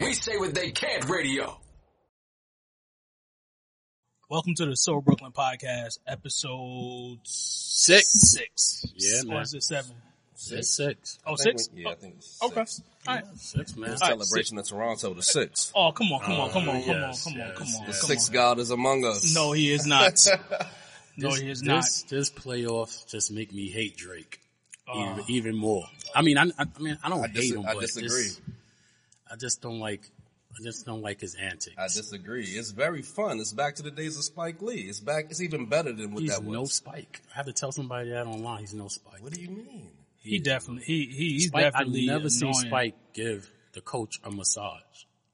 We say what they can't radio. Welcome to the Soul Brooklyn Podcast, episode Six. Six. Yeah, Or man. is it seven? It's six. Oh, six? Yeah, I think it's Oh, okay. six. All right. Six, man. All right, Celebration of Toronto, the sixth. Oh, come on, come on, come on, Uh, come yes, on, come on, yes, come on. yes. come Sixth on. God is among us. No, he is not. No, he is not. This, this playoff just make me hate Drake Oh. even, even more. I mean, I, I I mean, I don't I, hate dis- him, I but disagree. just- I just don't like, I just don't like his antics. I disagree. It's very fun. It's back to the days of Spike Lee. It's back. It's even better than what he's that was. no spike. I have to tell somebody that online. He's no spike. what do you mean? he definitely, he, he, he's Spike, I've definitely never seen annoying. Spike give the coach a massage.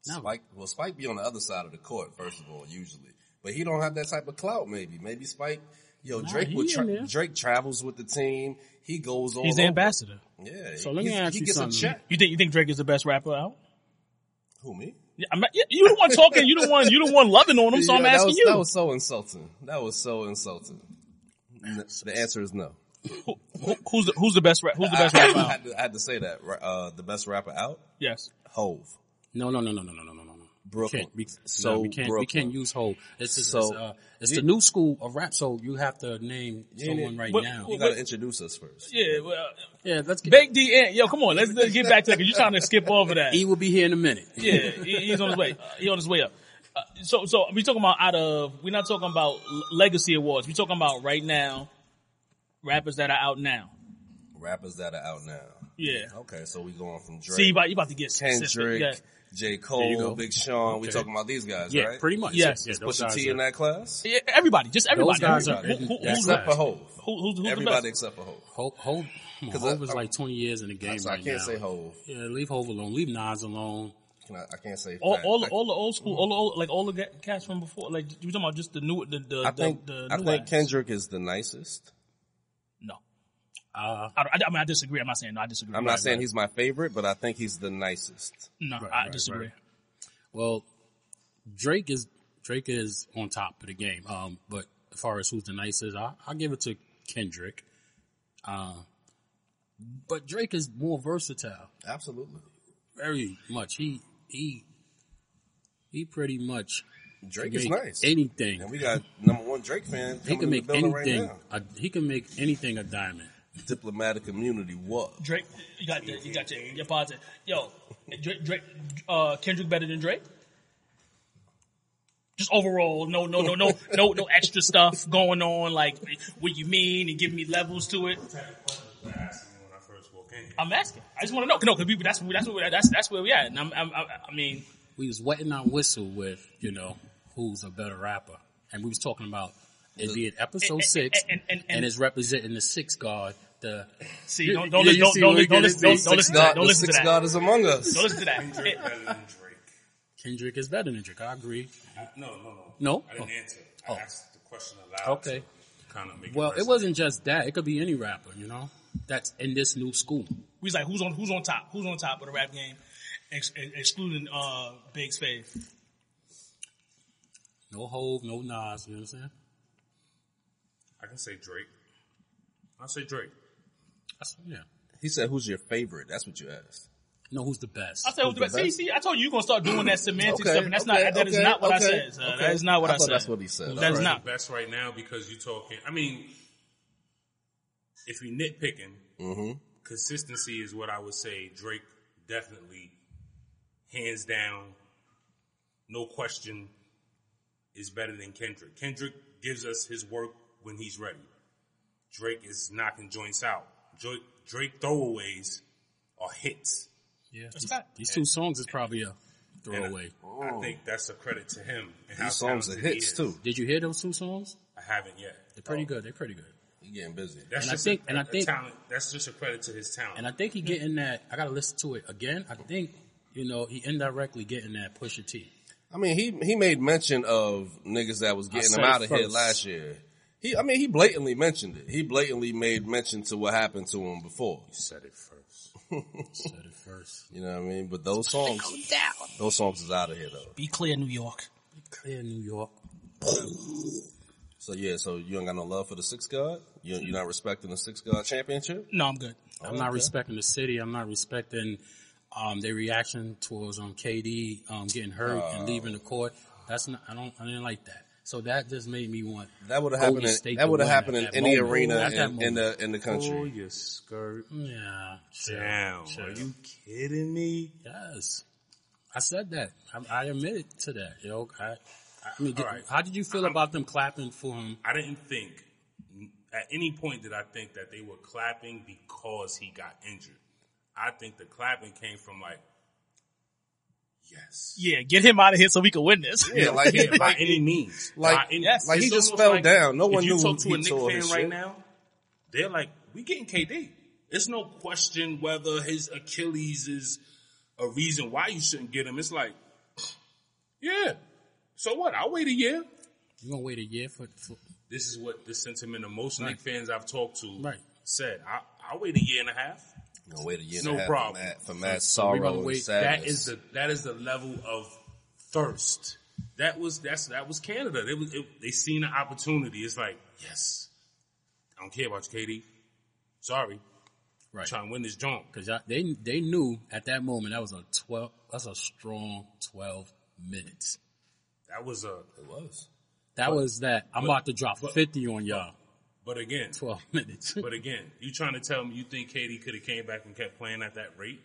Never. Spike. Well, Spike be on the other side of the court first of all, usually. But he don't have that type of clout. Maybe. Maybe Spike. Yo, Drake he would. in Tra- there. Drake travels with the team. He goes all. He's the over. ambassador. Yeah. So let me he, ask he you gets A something. check. You think, you think Drake is the best rapper out? Who me? Yeah, I'm not, yeah, you the one talking, you the one, you the one loving on him, so I'm Yeah, that asking was- you. That was so insulting. That was so insulting. N- The answer is no. Who- who- who's the, who's the best rap, who's the best I, rapper I out? had to, I had to say that. Ra- Uh, the best rapper out, Yes. Hove. No, no, no, no, no, no, no, no, no. Brooklyn. Can't, we, So no, we can't. We Brooklyn. can't use whole. It's just, So- it's, uh, it's the new school of rap. So you have to name someone right What- now. You gotta introduce us first. Yeah, well, yeah, let's get. Big D, and- yo, come on, let's, let's get back to that, cause you're trying to skip over that. He will be here in a minute. Yeah, he, he's on his way. He on his way up. Uh, so, so we talking about out of. We're not talking about l- legacy awards. We're talking about right now, rappers that are out now. Rappers that are out now. Yeah. Okay, so we going from Drake, See, you about, you about to get specific. Kendrick, Yeah. J. you go. Cole, Big Sean. We Okay. talking about these guys, Yeah, right? pretty much. Yes. yeah, those Push a guys T in are- that class, Yeah, everybody, just everybody. guys Who- are- who- who- that's who's not- except for Hove. who- who's- who's the Everybody best? except for Hove. Hove, Hove, come on, 'Cause Hove I- is I- like twenty years in the game So right I can't now. say Hove. Yeah, leave Hove alone. Leave Nas alone. Can I, I can't say All, Fat. all, I- the- all the old school, all the old, like all the ga- cats from before. Like you talking about just the new, the the I the, think the I new think ones. Kendrick is the nicest. No, Uh, I, don't- I, I mean I disagree. I'm not saying no. I disagree. I'm not saying he's my favorite, but I think he's the nicest. no. I right, disagree. right. well, Drake is Drake is on top of the game. Um, but as far as who's the nicest, I I give it to Kendrick. Uh, but Drake is more versatile. Absolutely. very much. He he he pretty much Drake make is nice. anything. And we got number one Drake fan. he coming in can the make building anything. Right now. a, he can make anything a diamond. Diplomatic immunity. What? Drake, you got the, you got your your pods. Yo, Drake, Drake uh, Kendrick better than Drake. Just overall, no, no, no, no, no, no extra stuff going on. Like, what you mean, and give me levels to it. I'm asking. I just want to know. No, because people, that's that's where that's that's where we at. And I'm, I'm, I, I mean, We was wetting our whistle with you know who's a better rapper, and we was talking about it being episode And- six, and- and- and- it's representing the six guard. The see, don't Yeah, don't you listen, don't see don't where we listen, don't get listen, it? don't, Six don't listen to God, that. Don't the listen to sixth that. God is among us. Don't listen to that. It- better than Drake. Kendrick is better than Drake. I agree. I, no, no, no. No? I didn't Oh. answer. I Oh. asked the question aloud. Okay. to Kind of make Well, it personal. wasn't just that. It could be any rapper, you know. That's in this new school. We was like, who's on who's on top? Who's on top of the rap game, ex- excluding uh, Big's fave? No Hove, no Nas. You know what I'm saying? I can say Drake. I'll say Drake. That's, yeah. He said, "Who's your favorite?" That's what you asked. No, who's the best? I said, well, Who's the see, best? see, I told you you're gonna start doing that semantic Okay, stuff, and that's okay, not that is okay, not what I okay, said. sir. That okay. is not what I, I thought said. that's what he said. That is Alright. not. Best right now because you talking. I mean, if we nitpicking, Mm-hmm. consistency is what I would say. Drake definitely, hands down, no question, is better than Kendrick. Kendrick gives us his work when he's ready. Drake is knocking joints out. Drake, Drake throwaways are hits. Yeah, That's these, fact. these two songs is probably a And I- throwaway. I think that's a credit to him. And how Oh. These songs are talented he hits is. too. Did you hear those two songs? I haven't yet. They're pretty good. They're pretty good. You getting busy? That's And I just think- a, and I a think- talent. That's just a credit to his talent. And I think he getting that. I gotta listen to it again. I think you know he indirectly getting that Pusha T. I mean, he he made mention of niggas that was getting said him out of here first. last year. He, I mean, he blatantly mentioned it. He blatantly made mention to what happened to him before. said it first. Said it first. You know what I mean? But those songs, those songs is out of here though. Be clear, New York. Clear New York. So yeah, so you ain't got no love for the six God. You you're not respecting the six God championship. No, I'm good. I'm not respecting the city. I'm not respecting um, their reaction towards um, KD um, getting hurt Uh. and leaving the court. That's not. I don't. I didn't like that. So that just made me want. That would have Golden happened. In, State that to would have win happened at in that any moment. Oh, arena At that in, in the in the Pull country. your skirt Yeah. chill, down. chill. Are you kidding me? Yes. I said that. I, I admitted to that. Yo, I, I mean, did, All right. how did you feel about them clapping for him? I didn't think at any point did I think that they were clapping because he got injured. I think the clapping came from like, yes, Yeah, get him out of here so we can win this. Yeah, like he, Yeah, by like any means, like- By any- yes, like he it's just fell almost down. No one if you knew talk to he a Knicks tore fan his right shit. now, they're like, we getting KD. It's no question whether his Achilles is a reason why you shouldn't get him. It's like, yeah. So what? I'll wait a year. You gonna wait a year for, for This is what the sentiment of most Knicks fans I've talked to Right. said. I, I'll wait a year and a half. No, wait a year No and a half problem. for that, for that we about to sorrow and wait- sadness. That is the that is the level of thirst. That was that's that was Canada. They was it, they seen an opportunity. It's like yes, I don't care about you, KD. Sorry, right? trying to win this joint. Because they they knew at that moment that was a twelve. That's a strong twelve minutes. That was a. it was. That was that. I'm about to drop fifty on y'all. But again, Twelve minutes. but again, you trying to tell me you think KD could have came back and kept playing at that rate?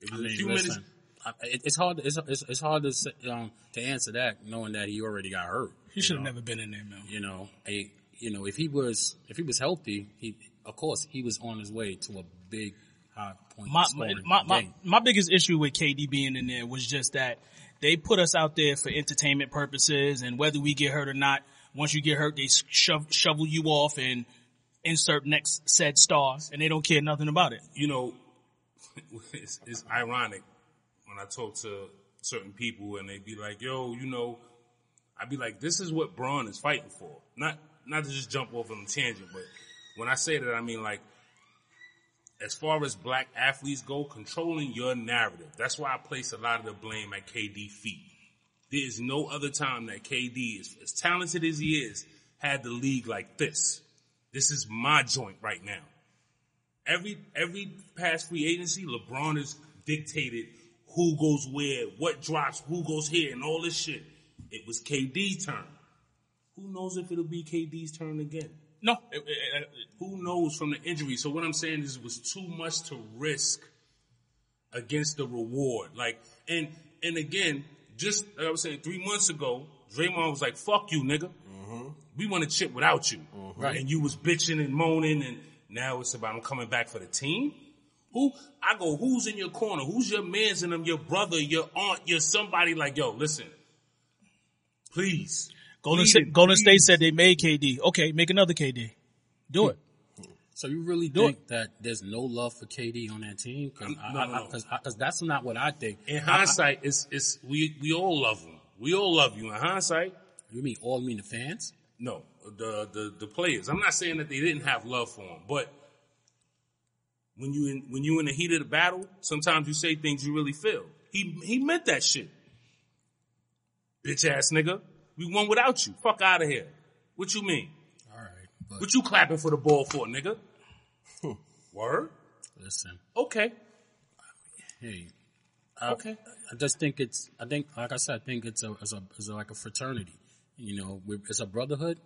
It I was a mean, few minutes. listen, I, it, it's hard. It's, it's it's hard to say, um to answer that knowing that he already got hurt. He should have never been in there, man. You know, a you know if he was if he was healthy, he of course he was on his way to a big high point. my my, scoring my, my game. my biggest issue with KD being in there was just that they put us out there for entertainment purposes, and whether we get hurt or not, once you get hurt, they shove, shovel you off and insert next said star, and they don't care nothing about it. you know, it's, it's ironic when I talk to certain people and they be like, yo, you know, I'd be like, this is what Braun is fighting for. Not, not to just jump off on a tangent, but when I say that, I mean like, as far as black athletes go, controlling your narrative. That's why I place a lot of the blame at KD feet. There is no other time that KD is as talented as he is had the league like this. This is my joint right now every every past free agency, LeBron has dictated who goes where, what drops, who goes here, and all this shit. It was KD's turn. Who knows if it'll be KD's turn again? No, it- it- it- Who knows from the injury? So what I'm saying is, it was too much to risk against the reward. Like, and and again, just like I was saying, three months ago, Draymond was like, "Fuck you, nigga. We want to chip without you." Right. And you was bitching and moaning, and now it's about I'm coming back for the team. Who I go? Who's in your corner? Who's your man's in them? Your brother, your aunt, your somebody. Like, yo, listen, please. Golden Please, State, Golden State please. said they made KD. Okay, make another KD. Hmm. Do it. So you really think that there's no love for KD on that team? Because No, no, no. that's not what I think. In hindsight, it's it's we we all love him. We all love you. In hindsight, You mean all mean the fans? No, the the the players. I'm not saying that they didn't have love for him, but when you in, when you in the heat of the battle, sometimes you say things you really feel. He he meant that shit. Bitch ass nigga, we won without you. Fuck out of here. What you mean? All right, but What you clapping for the ball for, nigga? Word. listen, Okay. hey, I, Okay. I just think it's. I think, like I said, I think it's a, it's a, it's a like a fraternity. You know, we, it's a brotherhood.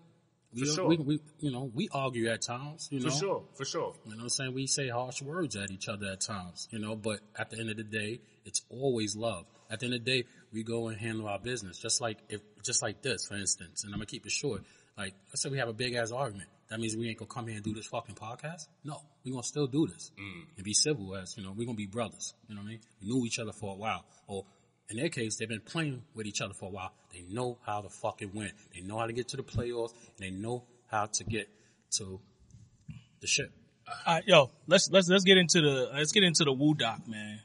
We, For sure. we, we, you know, we argue at times. You For know, sure. For sure. You know what I'm saying? We say harsh words at each other at times, you know, but at the end of the day, it's always love. At the end of the day, we go and handle our business. Just like if, just like this, for instance, and I'm gonna keep it short. Like, let's say we have a big ass argument. That means we ain't gonna come here and do this fucking podcast? No. we gonna still do this. And be civil as, you know, we gonna be brothers. You know what I mean? We knew each other for a while. Or, in their case, they've been playing with each other for a while. They know how to fucking win. They know how to get to the playoffs. And they know how to get to the ship. All right, yo, let's let's let's get into the let's get into the woo doc, man.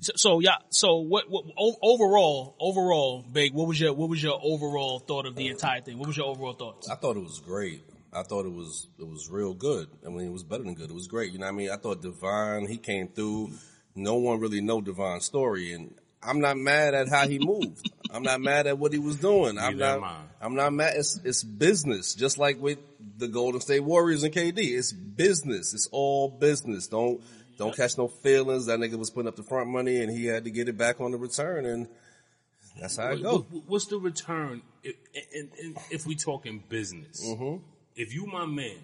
So, so yeah, so what, what o- overall overall, big, what was your what was your overall thought of the entire thing? What was your overall thoughts? I thought it was great. I thought it was it was real good. I mean, it was better than good. It was great. You know what I mean? I thought Devon he came through. No one really know Devon's story, and I'm not mad at how he moved. I'm not mad at what he was doing. I'm not. Neither am I. I'm not mad. It's it's business, just like with the Golden State Warriors and KD. It's business. It's all business. Don't Don't catch no feelings. That nigga was putting up the front money and he had to get it back on the return and that's how it What- go. what- What's the return if, and, and if we talking business? If you my man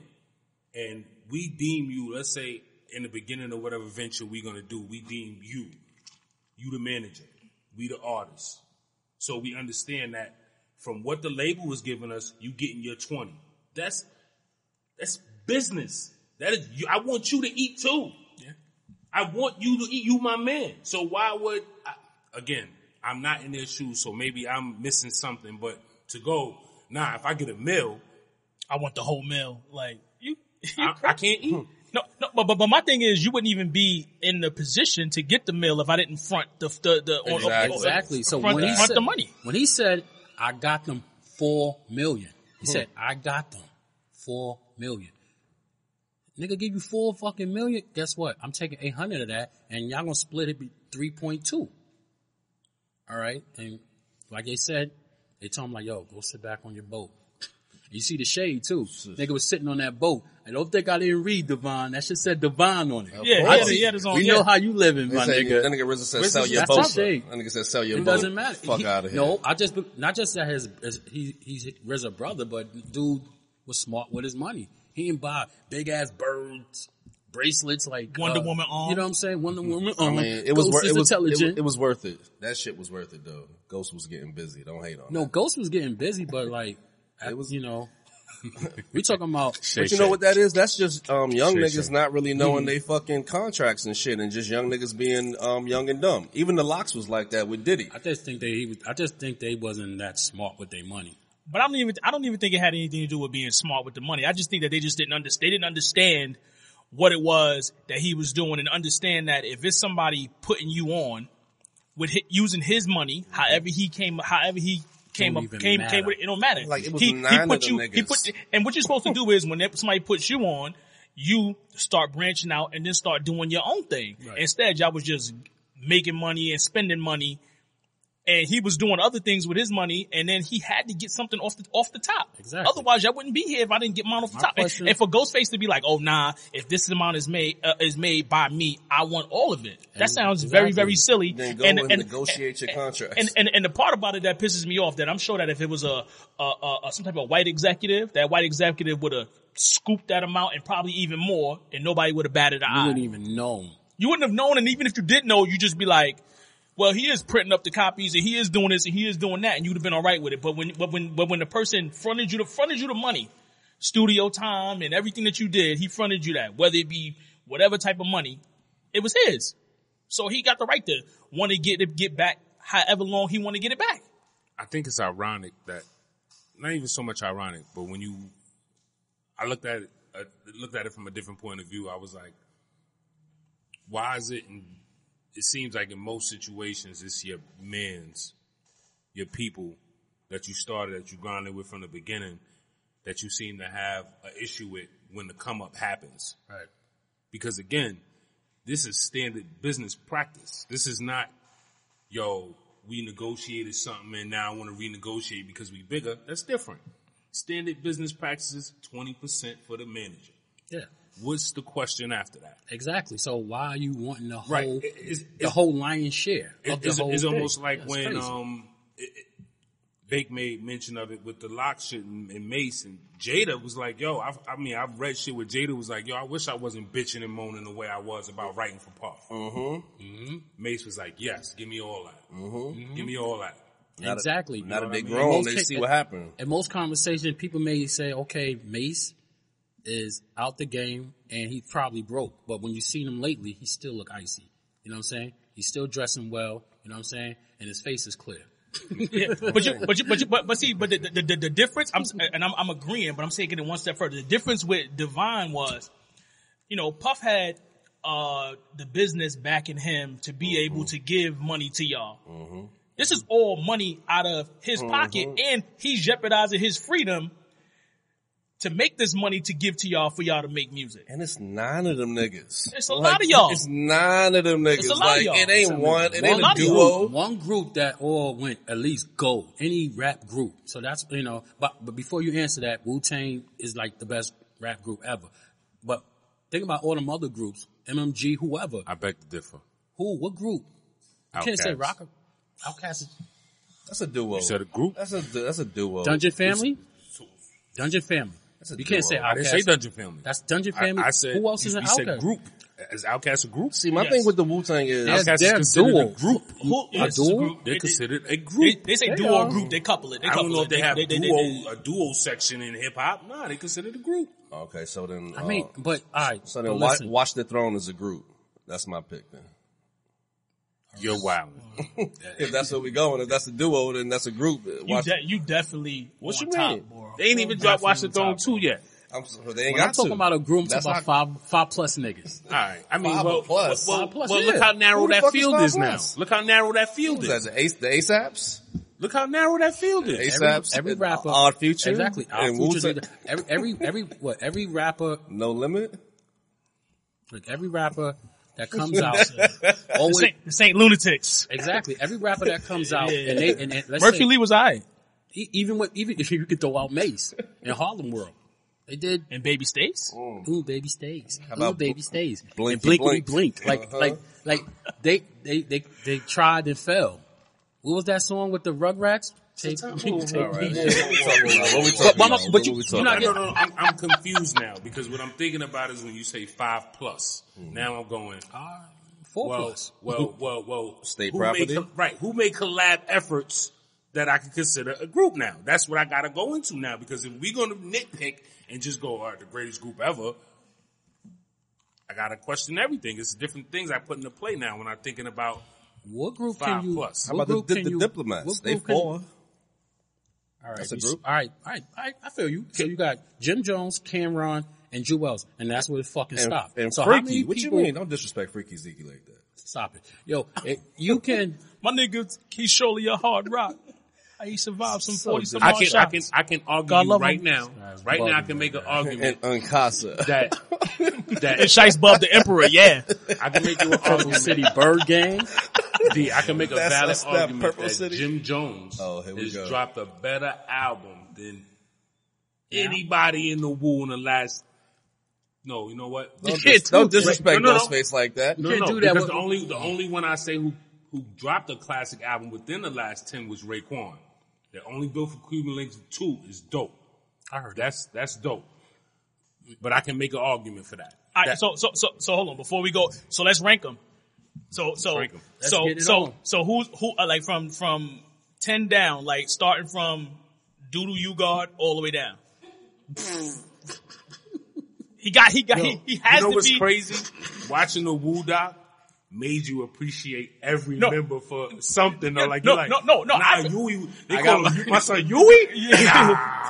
and we deem you, let's say in the beginning of whatever venture we're gonna do, we deem you, you the manager, we the artist. So we understand that from what the label was giving us, you getting your 20. That's, that's business. That is, you, I want you to eat too. I want you to eat. You my man. So why would I, again? I'm not in their shoes, so maybe I'm missing something. But to go, nah. If I get a meal, I want the whole meal. Like you, you I, I can't eat. No, no, but, but but my thing is, you wouldn't even be in the position to get the meal if I didn't front the the, the on- Exactly. on- Exactly. So front, when he front said, Oh, the money, when he said, I got them four million, he said, I got them four million. Nigga give you four fucking million. Guess what? I'm taking 800 of that and y'all gonna split it be 3.2. All right. And like they said, they told him like, yo, go sit back on your boat. You see the shade too. Nigga was sitting on that boat. I don't think I didn't read Devon. That shit said Devon on it. yeah, course. yeah, yeah, yeah, that's on. we yeah. know how you living, They my say- nigga. That nigga RZA said Where's sell this- your that's boat. our shade. That nigga said sell your It boat. doesn't matter. Fuck He- out of here. No, I just not just that his, his he he's RZA brother, but dude was smart with his money. He didn't buy big ass birds, bracelets like uh, Wonder Woman arms. You know what I'm saying? Wonder Woman. Mm-hmm. I Arm. mean, it was Ghost worth is it was, it, was, intelligent. it was worth it. That shit was worth it though. Ghost was getting busy. Don't hate on. it. no, Ghost was getting busy, but like it was, you know, we talking about But you know what that is? That's just um, young Shit, niggas shit. not really knowing they fucking contracts and shit, and just young niggas being um, young and dumb. Even the locks was like that with Diddy. I just think they he was, I just think they wasn't that smart with their money. But I don't even I don't even think it had anything to do with being smart with the money. I just think that they just didn't understand. They didn't understand what it was that he was doing, and understand that if it's somebody putting you on with hi- using his money, however he came, however he came Don't up, even came matter. came with it, it don't matter. Like, it was he, nine he of put them you, he niggas. put, and what you're supposed to do is when that- somebody puts you on, you start branching out and then start doing your own thing. Instead, y'all was just making money and spending money and he was doing other things with his money, and then he had to get something off the off the top. Exactly. Otherwise, I wouldn't be here if I didn't get mine off the My top. And- question- and, for Ghostface to be like, "Oh nah, if this amount is made uh, is made by me, I want all of it." That Ex- sounds very exactly. very silly. Then go and, negotiate your contracts. And, and and the part about it that pisses me off that I'm sure that if it was a, a, a, a some type of white executive, that white executive would have scooped that amount and probably even more, and nobody would have batted an You eye wouldn't even know. you wouldn't have known. And even if you did know, you'd just be like, well, he is printing up the copies and he is doing this and he is doing that. And you'd have been all right with it. But when, but when, but when the person fronted you the, fronted you the money, studio time and everything that you did, he fronted you that, whether it be whatever type of money, it was his. So he got the right to want to get it, get back however long he want to get it back. I think it's ironic that not even so much ironic, but when you, I looked at it, uh, looked at it from a different point of view. I was like, why is it? In, it seems like in most situations, it's your men's, your people that you started, that you grinded with from the beginning, that you seem to have an issue with when the come up happens. Right. Because again, this is standard business practice. This is not, yo, we negotiated something and now I want to renegotiate because we bigger. That's different. Standard business practices, 20% for the manager. Yeah. What's the question afafter that? Exactly. So why are you wanting the whole Right. It- it's- the whole lion's share? It- of the it's, whole it's thing? almost like That's when crazy. um, it- it- Bake made mention of it with the lock shit and, and Mace and Jada was like, "Yo, I've, I mean, I've read shit where Jada was like, yo, I wish I wasn't bitching and moaning the way I was about writing for Puff." Mm-hmm. Mace was like, "Yes, give me all that. Mm-hmm. Give me all that." Now that- exactly. Now that they I mean? grown, Most they ca- see what happened. In most conversations, people may say, "Okay, Mace is out the game and he probably broke," but when you seen him lately, he still look icy. You know what I'm saying? He's still dressing well. You know what I'm saying? And his face is clear. Yeah, but you, but you, but you, but, but see, but the, the, the, the difference, I'm, and I'm, I'm agreeing, but I'm taking it one step further. The difference with Divine was, you know, Puff had, uh, the business backing him to be Mm-hmm. able to give money to y'all. This is all money out of his Mm-hmm. pocket and he's jeopardizing his freedom to make this money to give to y'all for y'all to make music. And it's nine of them niggas. It's a lot of y'all. It's nine of them niggas. a lot of like y'all. it ain't one. It ain't a lot of y'all. duo. Group, one group that all went at least gold. Any rap group. So that's you know. But but before you answer that, Wu Tang is like the best rap group ever. But think about all them other groups MMG, whoever. I beg to differ. Who? What group? I can't say Outkast. rock. Outcast. That's a duo. You said a group? That's a du- that's a Oh, duo. Dungeon Family. Dungeon Family. That's a You can't say duo. I didn't say Outcast. Dungeon Family. That's Dungeon I, Family. I said who else is you, an you said Outcast? group. Is Outcast a group? See, my Yes. thing with the Wu Tang is Yes. Outcast they're is considered dual. a group. Who, A yes, it's duel? group. They're They- they- considered a They, group. they say They duo or are. group. They couple it. They I couple don't know it. if they have they, they- they- duo a duo section in hip hop. Nah, they considered a group. okay. So then, I mean, uh, but all right. so but then, watch, listen. watch the throne as a group. That's my pick then. You're wild. If that's where we going, if that's a duo, then that's a group. You, Watch, de- you definitely What on you top, mean? bro. They ain't even dropped Watch the Definitely on Throne top. two yet. I'm, so- they ain't when I'm got talking to. about a group, I'm That's talking about five five plus niggas. All right. I mean, Five well, plus. well, Five plus, well, yeah. look how narrow Who the that fuck is field five is now. plus? Look how narrow that field That's is. the Ace, the ASAPs, Look how narrow that field is. ASAPs, every and rapper, Odd uh, Future, exactly. Odd and Future's Wu-Tang. either- every every every what every rapper No Limit. Like every rapper that comes out, always This ain't, this ain't lunatics. exactly every rapper that comes out, and they and, and let's Murphy say, Lee was I e- even with even if you could throw out Mace in Harlem World, they did and Baby Stace. Oh. Ooh Baby Stays, Ooh Mm. about Baby Stays, Blinky and Blinkity Blink? Blink, like Uh-huh. like like they they they they tried and fell. What was that song with the Rugrats? Take, All right. What we talking about? What we But- talking but- about? but What you- we you're talking not about? No, no, no. I'm, I'm confused now because what I'm thinking about is when you say five plus. Now I'm going. four Well, plus. well, well, well. State who may property? right. Who made collab efforts that I can consider a group now? That's what I gotta go into now because if we're gonna nitpick and just go, all right, the greatest group ever, I gotta question everything. It's different things I put into play now when I'm thinking about What group five can you? plus. How what about the, group di- can the you- diplomats? what They group can- four. All right, That's a you- group. All right, all right, all right, I feel you. So you got Jim Jones, Cameron, and Jewels, and that's where it fucking And, stopped. and so how Freaky. many What people? you mean? Don't disrespect Freaky Zeke like that. Stop it, yo. It, you can. My nigga, he's surely a hard rock. He survived some So forty some I odd can, I shots. can, I can argue God you love right him. now. Right now, I can make an argument And Uncasa. that and that Shice Bub the Emperor, yeah. I can make you an Purple argument. City Bird Gang. D, I can make a That's valid us, that argument Purple that City. Jim Jones Oh, here we has go. dropped a better album than anybody in the Wu in the last. No, you know what? Don't, can't dis- don't do it. disrespect No, no, no. Ghostface like that. No, can't no, do that because with- the only the only one I say who who dropped a classic album within the last ten was Raekwon. The only built for Cuban Links two is dope. I heard That's that's dope. But I can make an argument for that. All right, That- so so so so hold on before we go. So let's rank them. So so rank 'em. Let's so get it so on. so who's who uh, like from from ten down, like starting from Doodle You God all the way down. he got he got he, he has you know to what's be crazy? Watching the Woo Doc made you appreciate every No. member for something. though. Yeah, like, no, you're like, no, no, no, Nah, I- Yui. They I call got him, my- my son Yui. Yeah.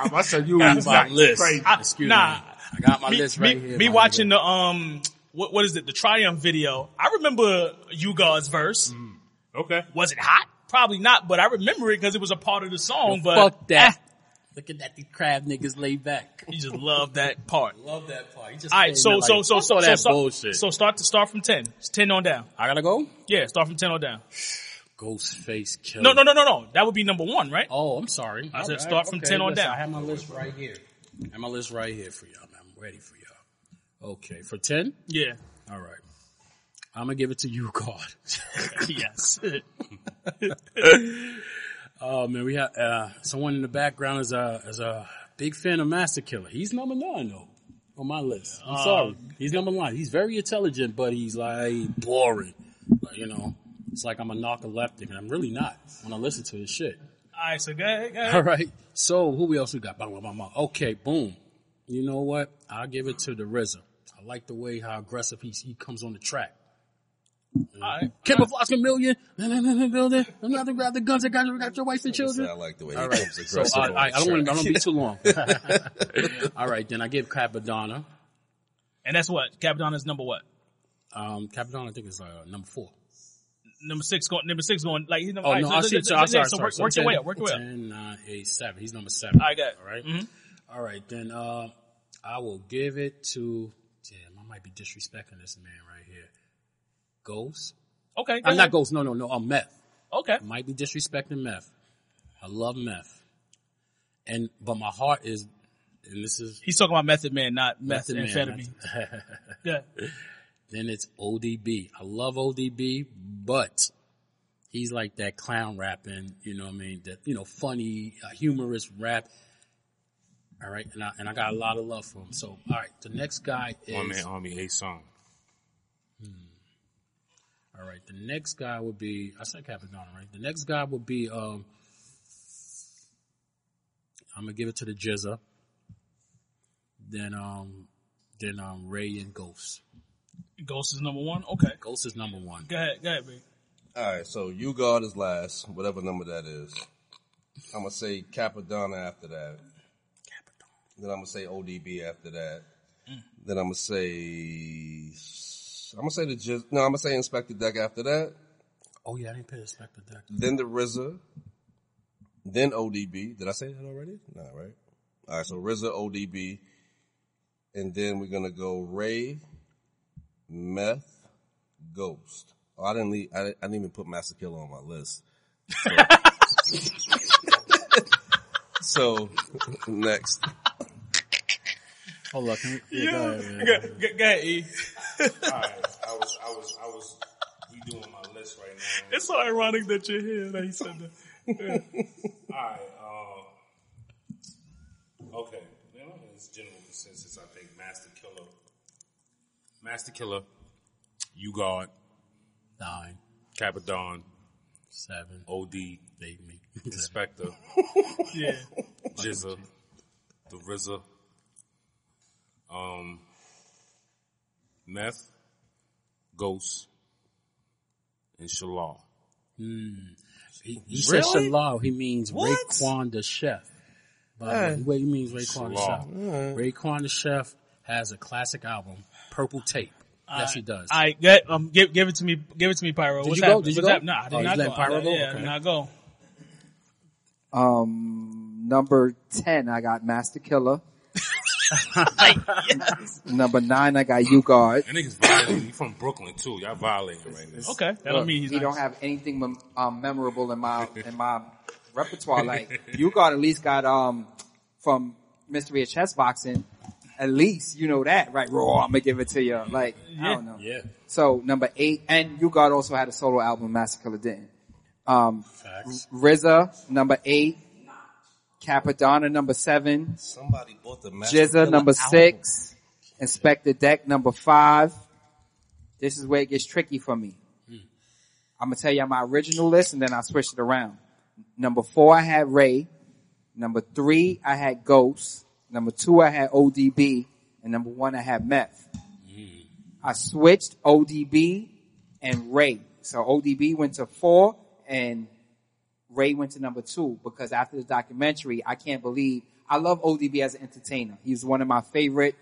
nah, my son Yui. Got is my not list. crazy. I- Excuse nah. me. I got my me, list right me, here, Me my watching the um what what is it the Triumph video? I remember You God's verse. Mm-hmm. Okay. Was it hot? Probably not, but I remember it because it was a part of the song. but Fuck that. eh, Ah! Look at that, the crab niggas laid back. you just love that part. Love that part. You just All right, staying so there so like, so fuck so all that so, bullshit. So start to start from ten. It's ten on down. I gotta go. Yeah, start from ten on down. Ghostface Killer. No, no, no, no, no. That would be number one, right? Oh, I'm sorry. I said All start from okay, 10 on listen, down. I have my list right here. I have my list right here for y'all. man. I'm ready for y'all. Okay, for ten. Yeah. All right. I'm gonna give it to you, God. yes. Oh man, we have uh, someone in the background is a is a big fan of Master Killer. He's number nine though on my list. I'm Uh, sorry, he's number nine. He's very intelligent, but he's like boring. Like, you know, it's like I'm a narcoleptic, and I'm really not when I listen to his shit. All right, so go ahead. Go ahead. All right. So who else we got? Blah, blah, blah, blah. Okay, boom. You know what? I'll give it to the RZA. I like the way how aggressive he, he comes on the track. All right. Camouflage chameleon. na, na, na, na, building. I'm not to grab the guns. I got, got your wife and So children. I like the way he All right. comes So aggressive. I, on I, I the don't want to track. don't be too long. All right. Then I give Capadonna. And that's what Capadonna's number what? Um, Capadonna, I think is uh, number four. Number six going. Number six going. Like he's number. Oh, all right, no, so- I so- so- see. So, I'm so- yeah, sorry, so sorry. work, work your So 10, way up. Work your way up. 10, 9, 8, 7. He's number seven. I got it. Mm-hmm. All right? All right. Then, uh, I will give it to, damn, I might be disrespecting this man right here. Ghost? Okay. go I'm not ahead. Ghost. No, no, no. I'm Meth. Okay. I might be disrespecting Meth. I love Meth. And, but my heart is, and this is He's talking about Method Man, not Method Man, Amphetamine. Yeah. Then it's ODB. I love ODB, but he's like that clown rapping, you know what I mean? That, you know, funny, uh, humorous rap. All right. And I, and I got a lot of love for him. So, all right. The next guy is, Oh, One man army, a song. all right. The next guy would be, I said Capadonna, right? The next guy would be, um, I'm going to give it to the Jizza. Then, um, then, um, Ray and Ghost. Ghost is number one. Okay, Ghost is number one. go ahead, go ahead, B. All right, so you guard is last, whatever number that is. I'm gonna say Capadonna after that. Then I'm gonna say ODB after that. Then I'm gonna say I'm gonna say the Jiz- no, I'm gonna say Inspector Deck after that. Oh yeah, I didn't pay respect to that. Then the RZA. Then ODB. Did I say that already? Nah, right. All right, so RZA, ODB, and then we're gonna go Ray, Meth, Ghost. Oh, I didn't leave, I didn't, I didn't even put Master Killer on my list. So, so next. Hold up, can we, Yeah, yeah, go ahead, man. go, go- go ahead, E. Alright, I was, I was, I was redoing my list right now. It's so ironic that you're here that he said that. Alright, uh, okay. You know, it's general consensus, I think Master Killer, Master Killer, You Guard, Nine, Capadon, seven, OD, eight, me. Inspector, Yeah, Jizza, the RZA, um, Meth, Ghost, and Shalal. He, he said Really? Shalal, he means What? Raekwon the Chef. By the way, Wait, he means Raekwon the Chef. Raekwon the Chef has a classic album, Purple Tape. yes, he does. All right, go ahead, um, give give it to me, give it to me, Pyro. What's you go? happening? Did you What's go? happening? Nah, I did Oh, you not let go. Pyro I, go? yeah, I Okay. did not go. Um, number 10, I got Master Killer. Number 9, I got You Guard. That nigga's violating. You from Brooklyn too. Y'all violating right now. Okay, that don't mean he's He not. don't have anything mem- um, memorable in my in my repertoire. Like You Guard at least got um from Mystery of Chess Boxing. At least you know that, right? Raw, I'm gonna give it to you. Like I don't know. yeah. So number eight, and You God also had a solo album, Master Killer didn't. Um, RZA number eight, Capadonna number seven, Somebody bought the Master Jizza Killer number album. six, Inspector Deck number five. This is where it gets tricky for me. I'm gonna tell you my original list and then I switched it around. Number four, I had Ray. Number three, I had Ghost. Number two, I had ODB. And number one, I had Meth. I switched ODB and Ray. So ODB went to four and Ray went to number two because after the documentary, I can't believe I love ODB as an entertainer. He's one of my favorite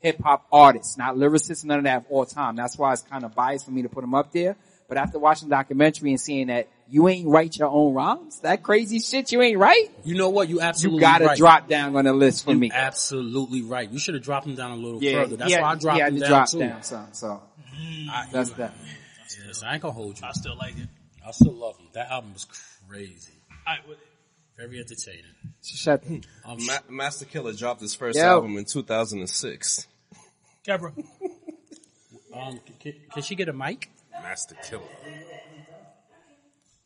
hip hop artists, not lyricists, none of that of all time. That's why it's kind of biased for me to put him up there. But after watching the documentary and seeing that you ain't write your own rhymes, that crazy shit you ain't right, You know what? You you absolutely gotta right. drop down on the list for me. Absolutely right. You should have dropped him down a little Yeah, further. That's yeah, why I dropped yeah, him you down dropped too. Mm. down some, so that's that. Yes, I ain't gonna hold you. I still like it. I still love him. That album was crazy. All right, Very entertaining. Shut. Um, Ma- Master Killer dropped his first Yo. album in 2006. Capra. um, can, can she get a mic? Master Killer.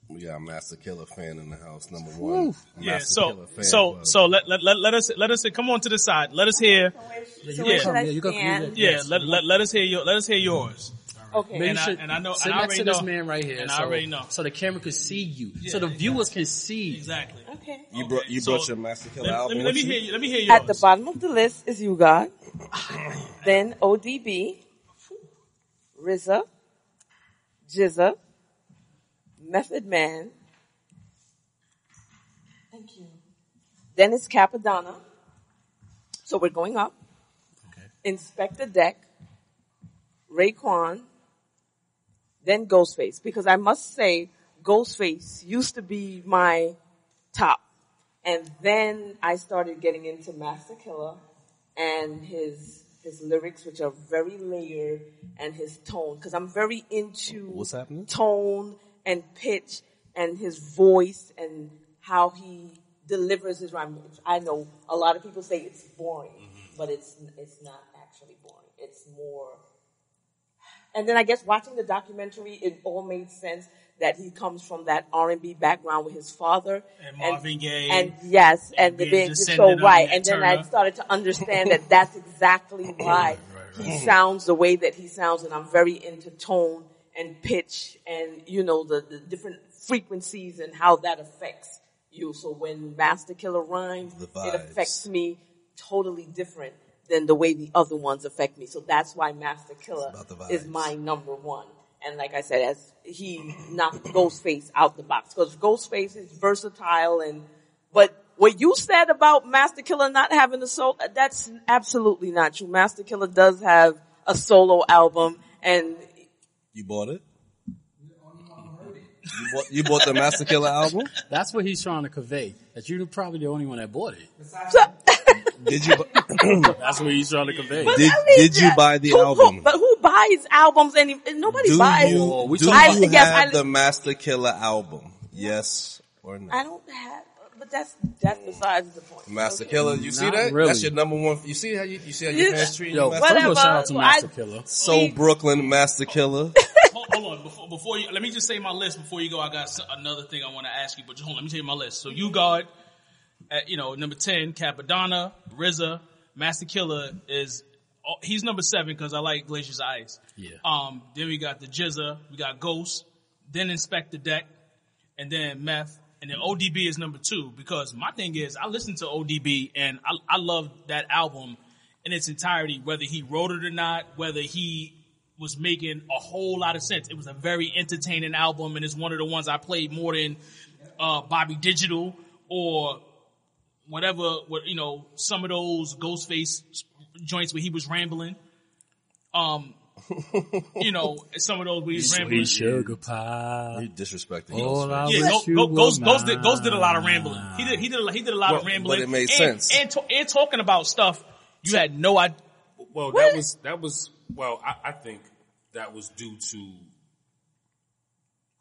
We got a Master Killer fan in the house, number one. Yeah, Master so Killer fan so club. so let, let let let us let us come on to the side. Let us hear. Yeah, So you where can should come. I Yeah, you can come. stand? Yeah, let, let let us hear your let us hear yours. Okay. Maybe And you I- should and I know- sit and I next to already this know. man right here, And I so, already know. so the camera can see you, so Yeah, the viewers can see. you. Exactly. Okay. You brought you so- brought your Master Killer Let, album. with let me let me you? hear you. Let me hear yours. At the bottom of the list is You God, then ODB, RZA, Jizza, Method Man. Thank you. Then it's Capadonna. So we're going up. Okay. Inspector Deck, Raekwon, then Ghostface. Because I must say, Ghostface used to be my top. And then I started getting into Master Killer and his his lyrics, which are very layered, and his tone. Because I'm very into What's happening? tone and pitch and his voice and how he delivers his rhyme. I know a lot of people say Mm-hmm. it's boring, but it's it's not actually boring. It's more and then I guess watching the documentary, it all made sense that he comes from that R and B background with his father And Marvin Gaye. and yes, and, the being big so descendant of right. Nat And then I Turner. started to understand that that's exactly why he sounds the way that he sounds, and I'm very into tone and pitch and you know the, the different frequencies and how that affects you. So when Master Killer rhymes, The it vibes. affects me totally different than the way the other ones affect me. So that's why Master Killer about the vibes. is my number one. And like I said, as he knocked Ghostface out the box because Ghostface is versatile and, but what you said about Master Killer not having a soul, that's absolutely not true. Master Killer does have a solo album and You bought it? You bought, you bought the Master Killer album? That's what he's trying to convey. That you're probably the only one that bought it. Did you? bu- That's what he's trying to convey. Did- I mean, did you yeah, buy the who- who- album? but who buys albums? Any nobody Do buys. you, Oh, we do talking about- you I- yes, have I- the Master Killer album? Yes or no? I don't have, but that's that's besides the point. Master Okay. Killer, you see Not that? really. That's your number one. You see how you, you see how Yeah. your fans treat Yo, you, Master first of all, Whatever. shout out to Well, Master I- Killer. So See- Brooklyn, Master Killer. hold, hold on before, before you let me just say my list before you go i got s- another thing i want to ask you but just hold on let me tell you my list so you got at, you know number 10 capadonna rizza master killer is oh, he's number seven because i like glacier's ice Yeah. um then we got the jizza we got ghost then inspect the deck and then meth and then odb is number two because my thing is i listen to odb and i, I love that album in its entirety whether he wrote it or not whether he was making a whole lot of sense. It was a very entertaining album, and it's one of the ones I played more than uh, Bobby Digital or whatever. What you know, some of those Ghostface joints where he was rambling. Um, you know, some of those where he's rambling. Sweet sugar pie. you disrespecting All I Ghostface. Yeah, wish Ghost, you Ghost, were Ghost, Ghost did, mine. Ghost did a lot of rambling. He did, he did, a- he did a lot Well, of but rambling. it made and, sense. And, to- and talking about stuff you had no idea. Well, that was that was well. I, I think that was due to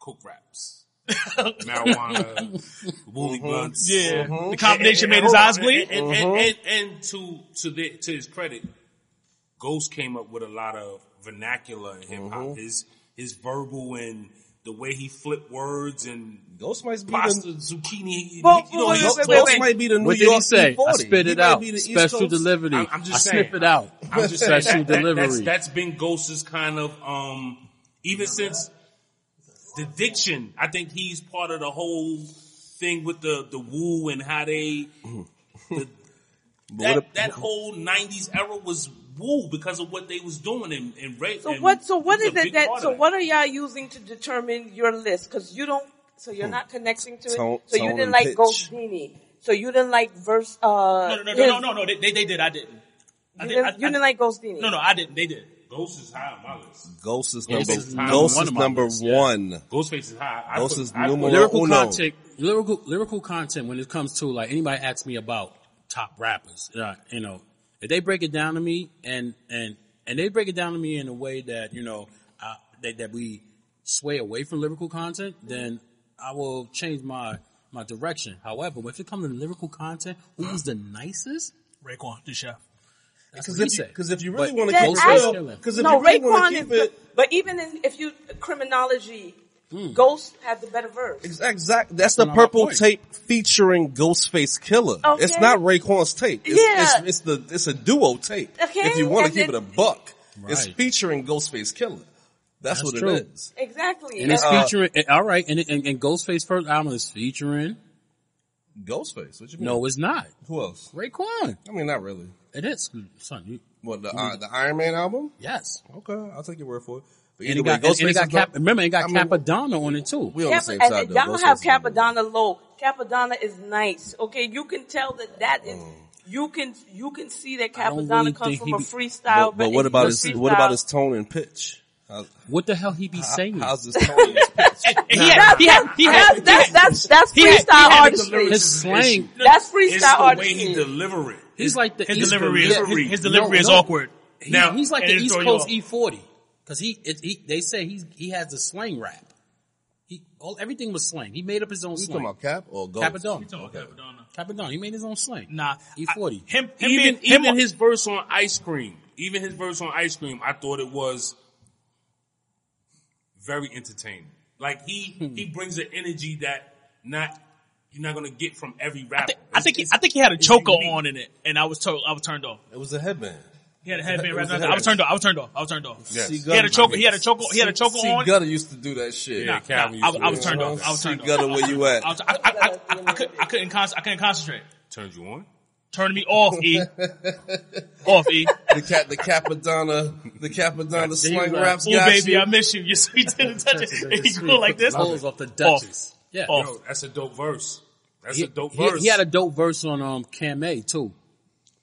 coke wraps, marijuana, woolly blunts. Mm-hmm. Yeah, the And- and- combination and made his hold eyes on, bleed. Mm-hmm. And, and, and, and, and to to the, to his credit, Ghost came up with a lot of vernacular in hip hop. Mm-hmm. His his verbal and the way he flipped words and Ghost might be pasta the zucchini. Well, you know, wait, Ghost, he's wait, wait, talking- wait. might be the New What did York he say? E40. I spit He it might out. be the East Special Coast- delivery. I'm- I'm just I saying. sniff it out. I'm just saying Special that, that- delivery. that's, that's been Ghost's kind of um even since the diction. I think he's part of the whole thing with the the woo and how they But that, what a- that whole '90s era was woo because of what they was doing in, in rape. So and what? So what he was is a it big that? part So of that. what are y'all using to determine your list? Because you don't. So you're not connecting to it. Hmm. Tone- so you tone didn't and like pitch. Ghost Dini. So you didn't like verse. Uh, No, no, no, his- no, no, no. They, they, they did. I didn't. I You did- didn't, I- you I- didn't like Ghost Dini. No, no, I didn't. They did. Ghost is high on my list. Ghost is Ghost number, is number Ghost one is on my number list, yeah. one. Ghostface is high. I Ghost put- is I put- numero lyrical uno. content, lyrical lyrical content. When it comes to like anybody asks me about top rappers, uh, you know, if they break it down to me and and and they break it down to me in a way that you know uh, that that we sway away from lyrical content, then I will change my my direction. However, if it comes to lyrical content, who's the nicest? Raekwon, the chef. That's Because what he if, you- said. 'cause if you really But want to That keep Ghostface I- it real, Killer. because if no, you really Raekwon want to is keep good, it, Hmm. but even in, if you criminology, Ghost had the better verse. Exact. That's, the not my purple point. tape featuring Ghostface Killer. Okay. It's not Raekwon's tape. It's, Yeah. it's, it's the it's a duo tape. Okay, If you want to and keep it- it a buck, it's Right. featuring Ghostface Killer. That's, That's what true. it is. Exactly. Uh, and it's uh, And- featuring. all right, and, and and Ghostface first album is featuring. Ghostface. What you mean? No, it's not. Who else? Raekwon. I mean, not really. It is, son. You, What the uh, the Iron Man album? yes. Okay, I'll take your word for it. But either And it way, got, and, Ghostface and it got is not- Cap, remember it got I mean, Capadonna on it too. We on the Cap- same and side though. y'all Ghostface have is number one. Capadonna low. Capadonna is nice. Okay, you can tell that that is. Oh. You can you can see that I don't Capadonna really comes think from he a be- freestyle. But, but what about his freestyle. what about his tone and pitch? How, What the hell he be saying? how's his tone and his pitch? And he had, he had, he had, That's that's that's, that's he had- freestyle he had the artistry. His slang. That's It's freestyle the way he artistry. deliver it. He's like the his East- delivery is his, his delivery No, is no. awkward. He, Now, he's like the it'll East throw you Coast off. E forty because he, it, he they say he's he has the slang rap. He all everything was slang. He made up his own You talking slang. about Cap or Ghost? Capadonna. Capadonna. He made his own slang. Nah, E forty. I- him, him, even being, him, even his verse on ice cream, even his verse on ice cream, I thought it was very entertaining. Like he Hmm. he brings an energy that not you're not gonna get from every I rapper. It's- think he, it's- I think he had a it's choker unique. on in it, and I was told I was turned off. It was a headband. He had a headband It right was now. the I was headband. turned off. I was turned off. I was turned off. Yes. He had a choker. He had a choker. He had a choker C, on. Gutter used to do that shit. Nah, Nah, Calvin I, used to I do was that. turned off. I was C turned off. Gutter, where you at? I, was, I, I, I, I, I, couldn't, I couldn't con- I couldn't concentrate. Turned you on? Turn me off, E. off, E. The cat, the Capadonna, the Capadonna slang left. raps Oh, got baby, you. I miss you. You're sweet to the touch. And you go like this. Pulls off the Off. Duchess. Yeah. Off. Yo, that's a dope verse. That's He, a dope he- verse. he had a dope verse on um Kame too.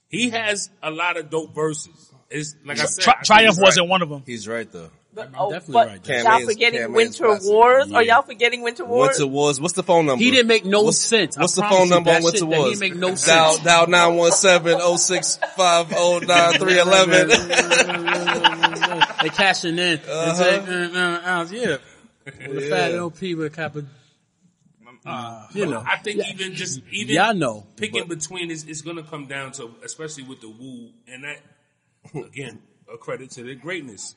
He has a lot of dope verses. It's like I said, Tri- I think Triumph he's wasn't right. one of them. He's right though. But, I'm oh, definitely but right there. y'all Cameron's- forgetting Cameron's Winter classic. Wars? Are Yeah. y'all forgetting Winter Wars? Winter Wars. What's the phone number? He didn't make no what's, sense. I What's the promise phone you, number that on shit Winter that he Wars? make no Dial sense. dial nine one seven oh six five oh nine three eleven. they cashing in. It's like, uh, uh, uh, yeah. With a fat Uh-huh. Yeah. LP with a cap of, Uh, you know. I think even just even Y'all know. picking between is it's gonna come down to especially with the woo and that again a credit to their greatness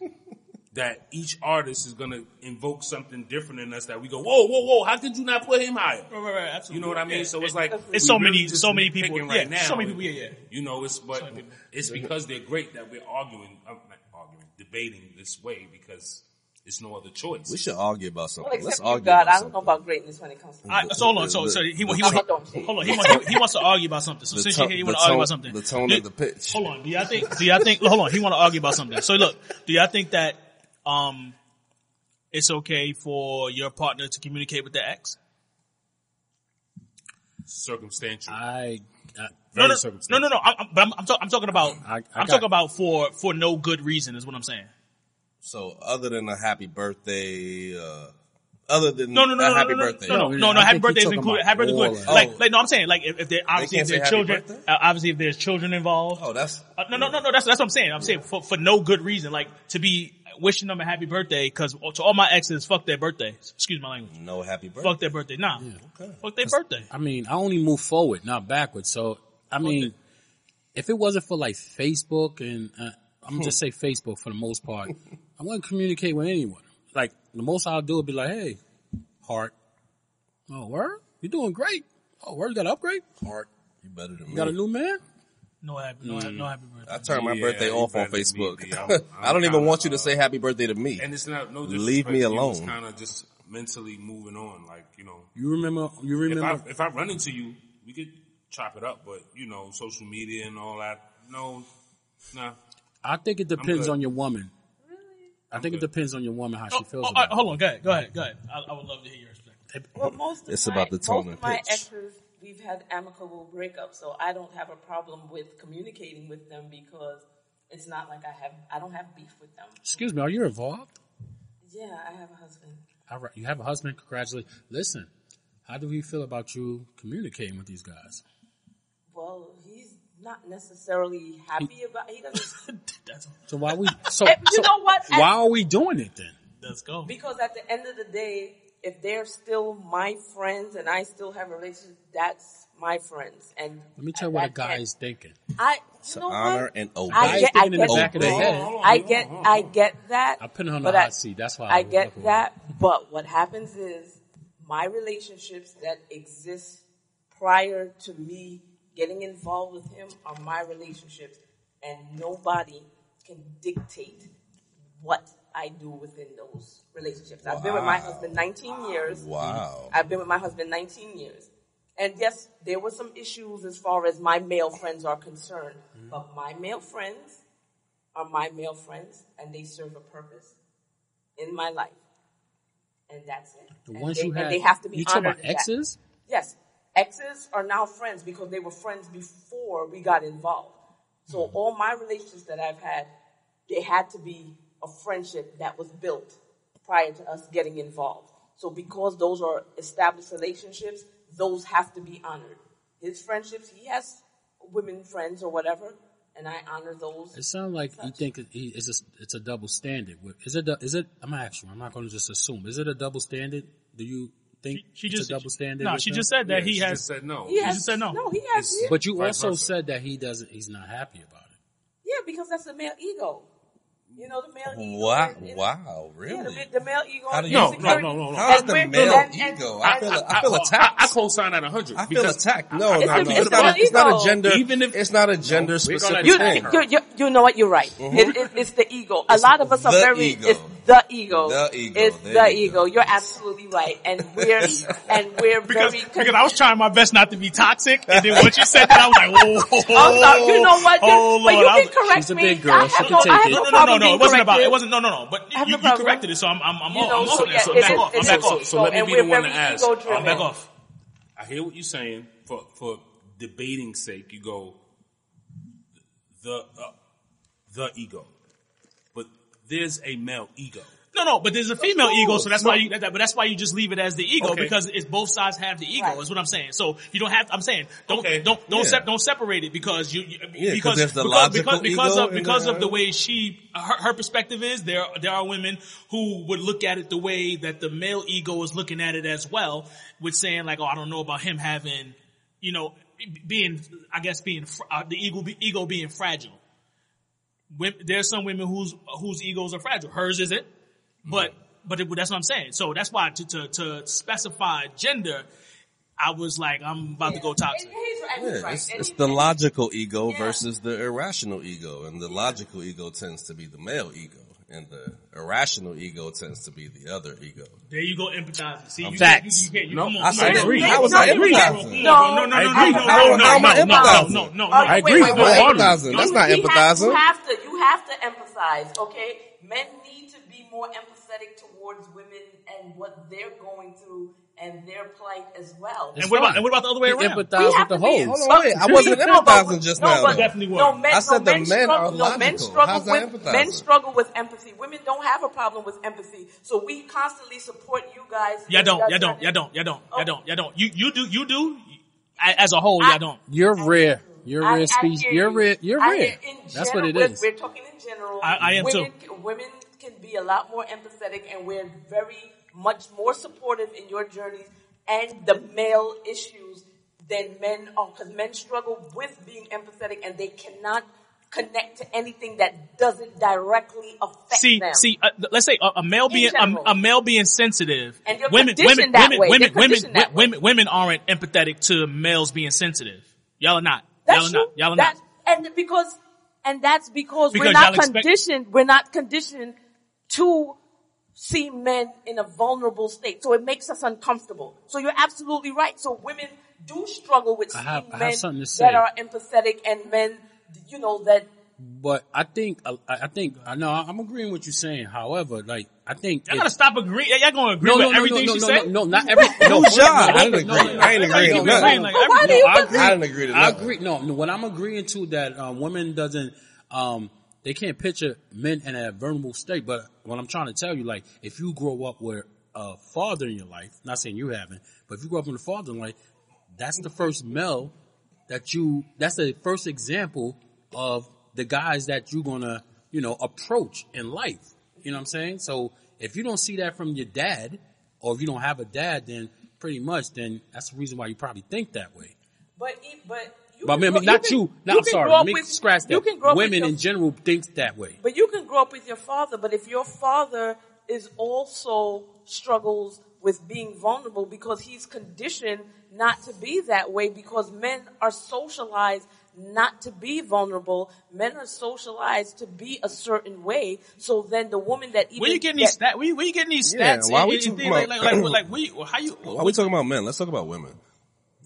that each artist is gonna invoke something different in us that we go whoa whoa whoa how could you not put him higher you know what I mean so it's like It's we so really many- just so many people- nitpicking yeah, so many people, yeah, yeah. you know it's but it's because they're great that we're arguing I'm not arguing debating this way because it's no other choice We should argue about Well, something. Let's except you, argue God. about I don't know something. about greatness when it comes to. I, so hold on, so, so he, he, he, he, I don't see. hold on, he, wants- he, he wants to argue about something. So The since to- you're here, you the want to argue tone- about something. the tone Do- of the pitch. Hold on, do y'all think? Do y'all think? Hold on, he want to argue about something. So look, do y'all think that um, it's okay for your partner to communicate with their ex? circumstantial I, I No, Very no, no, circumstantial. no, no. I'm, I'm- but I'm, I'm, talk, I'm talking about. I, I- I am got- talking about for for no good reason is what I'm saying. So other than a happy birthday, uh, other than No, no, no, a no, happy no, no, birthday. no, no, No, no, no. Happy I think he birthday is talking included. about Happy birthday is all included. of- Like, oh. like, no, I'm saying like if, if there obviously can't if say there's happy children, birthday? uh, obviously if there's children involved. Oh, that's Uh, no, no, no, no. That's that's what I'm saying. I'm saying for for no good reason, like to be wishing them a happy birthday. Because to all my exes, fuck their birthday. Excuse my language. no happy birthday. Fuck their birthday. Nah. Okay. Fuck their birthday. I mean, I only move forward, not backwards. So, I mean, if it wasn't for like Facebook and uh, I'm gonna just say Facebook for the most part, I wouldn't communicate with anyone. Like the most I'll do would be like, "Hey, heart, oh word, you're doing great. Oh word, you got an upgrade. Heart, You better than you got a me. new man. No happy. No, happy- no happy birthday. I turn my Yeah, birthday you off on better than me, Facebook. B. I'm- I'm I don't even kinda, want you to uh, say happy birthday to me. and it's not no disrespect Leave me to you, it's alone. kind of just mentally moving on like you know You remember? You if remember? I if I run into you, we could chop it up. But you know, social media and all that. No, nah. I, think it depends good. on your woman. I think it good. depends on your woman how she Oh, feels. oh, about all right, it. hold on. Go ahead. Go ahead. Go ahead. I, I would love to hear your perspective. Well, most of It's my, about the tone most and of my pitch. exes, we've had amicable breakups, so I don't have a problem with communicating with them because it's not like I have, I don't have beef with them. Excuse me, are you involved? Yeah, I have a husband. All right, you have a husband. Congratulations. Listen, how do we feel about you communicating with these guys? Well, he's not necessarily happy about. He doesn't That's, So why we? So Eh, you so know what? Why are we doing it then? let's go. because at the end of the day, if they're still my friends and I still have a relationship, that's my friends. And Let me tell you what a that can't- guy is thinking. I, you It's an know honor what? and I Oh, obey. get, thinking I in the get, back of their that. head. Hold I get, I get that. I put her on the but hot I- seat. That's why I I was fucking get with that. But what happens is my relationships that exist prior to me getting involved with him are my relationships, and nobody can dictate what I do within those relationships. I've been with my husband 19 years. Wow. I've been with my husband 19 years. And yes, there were some issues as far as my male friends are concerned, Mm-hmm. but my male friends are my male friends and they serve a purpose in my life. And that's it. The and, ones they, you and had. they have to be you honored. talking about in that. exes? Yes. Exes are now friends because they were friends before we got involved. So all my relationships that I've had, they had to be a friendship that was built prior to us getting involved. So because those are established relationships, those have to be honored. His friendships, he has women friends or whatever, and I honor those. It sounds like you think it- he- it's a, it's a double standard. With- Is it? A, is it? I'm gonna ask you. I'm not going to just assume. Is it a double standard? Do you think She, she it's just a double standard? No, with she them? just said that Yeah, he she has. just said no. he has, just said no. No, he has. It's- But you Vice also versa. said that he doesn't. He's not happy about it. yeah, because that's a male ego. You know the male ego. Wow, and- and- wow, Yeah, the, really? the male ego. How and do you- No, no, insecurity. no, no, no. How is And the we're- male and- and- ego? I feel, I feel I, attacked. I co-sign at 100. I feel because attacked. No, no, It's no. a- It's it's not. a A, it's not a ego. gender. Even if- it's not a gender we're gonna specific You, thing. her. you, you, you know what? You're right. It, it, Mm-hmm. it's the ego. A lot of us are the very. ego. It's the ego. The ego. It's There the you ego. go. You're absolutely right, and we're and we're Because, very. because I was trying my best not to be toxic, and then once you said that, I was like, oh, I'm sorry. You know what? You, oh, but Lord, I you was- can correct She's a me. big girl. I have She can no, take I have it. no, No, no, no, no, problem no. being It wasn't about. It corrected. wasn't. No, no, no. But I have you, no you problem. corrected it, so I'm, I'm, I'm, You off, know, I'm off so on yeah, that. So I'm it back is- off. I'm it back is off. ego, so let me and be we're the one very to ask. ego I'm back driven. off. I hear what you're saying. For for debating sake, you go the uh, the ego, but there's a male ego. No, no. But there's a female ego, so that's why you. That, that- but that's why you just leave it as the ego Okay. because it's both sides have the ego. Right. Is what I'm saying. So you don't have. I'm saying don't Okay. don't don't Yeah. sep- don't separate it because you, you Yeah, 'cause because there's the logical because because, because ego of and because the- of the way she her, her perspective is. There there are women who would look at it the way that the male ego is looking at it as well, with saying like, oh, I don't know about him having, you know, being I guess being fr- uh, the ego ego being fragile women, there's some women whose whose egos are fragile. Hers isn't, but but it, that's what I'm saying. So that's why to to, to specify gender, I was like, I'm about to go toxic. And he's right. Yeah, He's right. it's, and it's he's the right. logical ego Yeah. versus the irrational ego, and the logical ego tends to be the male ego, and the irrational ego tends to be the other ego. There you go, empathizing. See, you, facts. You, you, you, No, come on, I said come that. on, agree. come on, How was No, I you can't. empathizing? No, no, no, No, no, I no, agree. no, How- no, how am I no, no, no, empathizing? no, no, no. Oh, I wait, agree. Wait, How am wait, I wait. empathizing? That's You- not we Have, you empathizing. have to, you have to empathize, okay? Men need to be more empathetic towards women and what they're going through and their plight as well. And what about fine. and what about the other way He around? we empathize with have the to be. hoes. Hold on, wait. I wasn't no, but we- empathizing just no, now, but though. Definitely no, were. men, I no, said the men men are struggle. No, men logical. struggle How's that with men empathizing? struggle with empathy. Women don't have a problem with empathy, so we constantly support you guys. Y'all in don't, that y'all don't, journey. y'all don't, y'all don't, y'all Okay. don't, y'all don't. You you do you do A- as a whole, I- y'all don't. You're rare. I hear you. You're I, rare I species. hear You're you. rare. You're I rare. hear in That's what general. it We're, is. we're talking in general. I- I am women, Women can be a lot more empathetic, and we're very much more supportive in your journeys and the male issues than men are, because men struggle with being empathetic, and they cannot connect to anything that doesn't directly affect See, them. see, uh, th- let's say a, a male being a, general. a male being sensitive. And they're women, conditioned women, that women, way. women, They're women, conditioned that way. women, women aren't empathetic to males being sensitive. Y'all are not. That's y'all are true. not. Y'all are that, not. And because, and that's because, we're Because not y'all expect- conditioned, we're not conditioned to see men in a vulnerable state. So it makes us uncomfortable. So you're absolutely right. So women do struggle with I seeing have- I have men something to that say. are empathetic and men, you know, that, But I think I, I think I know I'm agreeing with you saying. However, like I think Y'all if- gotta stop agreeing. Y'all gonna agree no, with no, no, no, everything no, she no, said? no, no, not every. No, Who's no, y'all? I no, didn't no, agree. no, I ain't agreeing to no, keep agreeing nothing. like But why do everything. No, I you I, put agree. I didn't agree to I nothing. agree. No, no, what I'm agreeing to that uh, women doesn't um they can't picture men in a vulnerable state. But what I'm trying to tell you, like, if you grow up with a father in your life, not saying you haven't, but if you grow up with a father in life, that's the first male that you. That's the first example of the guys that you're gonna you know approach in life. You know what I'm saying? So if you don't see that from your dad, or if you don't have a dad, then pretty much then that's the reason why you probably think that way. but, e- but, you But I can mean, I grow- mean, you not can- you. No, you I'm can sorry. grow up Let me with- scratch that. You can grow up with Women your in general thinks that way. But you can grow up with your father, but if your father is also struggles with being vulnerable because he's conditioned not to be that way because men are socialized not to be vulnerable. Men are socialized to be a certain way. So then the woman that even Where you getting these that- stats? Where, you- where you getting these Yeah, stats? why and- we and talking things like, like, about- like, like, where you, how you? Why are we talking about men? Let's talk about women.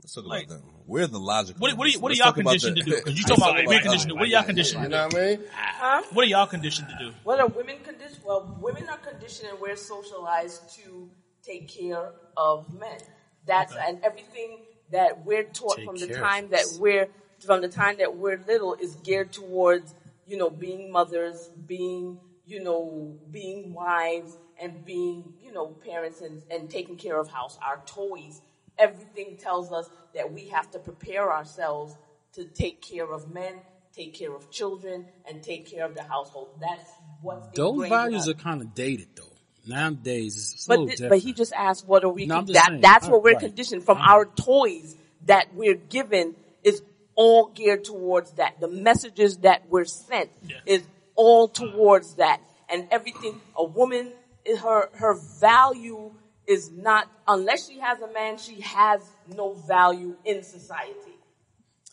Let's talk about Like- them. We're the logical. What, what are, you- ones. what are Let's y'all talk about conditioned the- to do? Because you let's talking talk about like, about men us. conditioned. to- What are y'all conditioned You to know do? what I mean? huh? What are y'all conditioned to do? What are women conditioned? Well, women are conditioned and we're socialized to take care of men. That's and everything that we're taught Take from the care of time that us. we're from the time that we're little is geared towards you know being mothers, being you know being wives, and being you know parents and, and taking care of house, our toys. Everything tells us that we have to prepare ourselves to take care of men, take care of children, and take care of the household. That's what's Those ingrained in values us. are kind of dated though. Nowadays, it's a But little th- different. but he just asked, what are we? No, I'm just that saying. that's All what we're right. conditioned from our toys that we're given is all geared towards that. The messages that we're sent Yeah. is all towards that and everything. A woman, i- her, her value is not, unless she has a man, she has no value in society.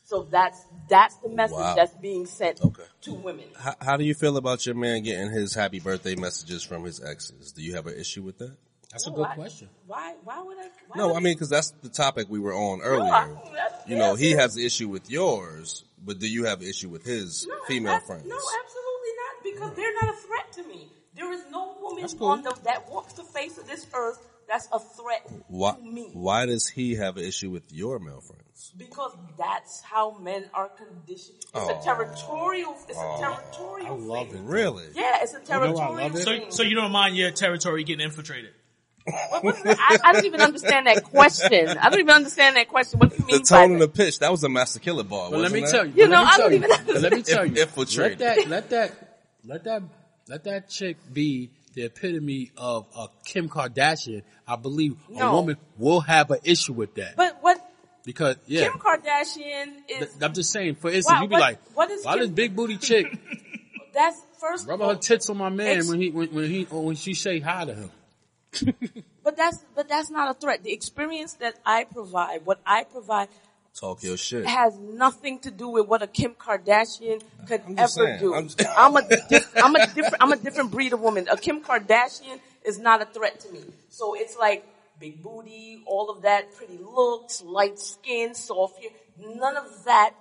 So that's, that's the message Wow. that's being sent Okay. to women. How, how do you feel about your man getting his happy birthday messages from his exes? Do you have an issue with that? That's a No, good I- question. Why, why would I? Why No, would I mean, cause that's the topic we were on No, earlier. I- that's- you know, yeah, he yeah. has an issue with yours, but do you have an issue with his No, female abs- friends? No, absolutely not, because they're not a threat to me. There is no woman That's cool. on the, that walks the face of this earth that's a threat Why, to me. why does he have an issue with your male friends? Because that's how men are conditioned. It's Oh. a territorial. It's a territorial. love thing. Really? Yeah, it's a I love territorial it? So, thing. so you don't mind your territory getting infiltrated? What- what's that? I, I don't even understand that question. I don't even understand that question. What do you The mean by tone that? and the pitch, that was a master killer bar, But let wasn't me that? tell you. You but know, let me I tell don't you, even but let me tell you. Let infiltrated. that, let that, let that, let that chick be the epitome of a Kim Kardashian. I believe a No. woman will have an issue with that But what because yeah. Kim Kardashian is Th- I'm just saying. For instance, Wow, you'd be what- like, what is "Why Kim- this big booty chick that's first of rubbing all- her tits on my man Ex- when he when, when he or when she say hi to him?" But that's but that's not a threat. The experience that I provide, what I provide, Talk your shit. has nothing to do with what a Kim Kardashian could I'm just ever saying, do. I'm I'm, just- a dif- I'm a different I'm a different breed of woman. A Kim Kardashian is not a threat to me. So it's like big booty, all of that, pretty looks, light skin, soft hair. None of that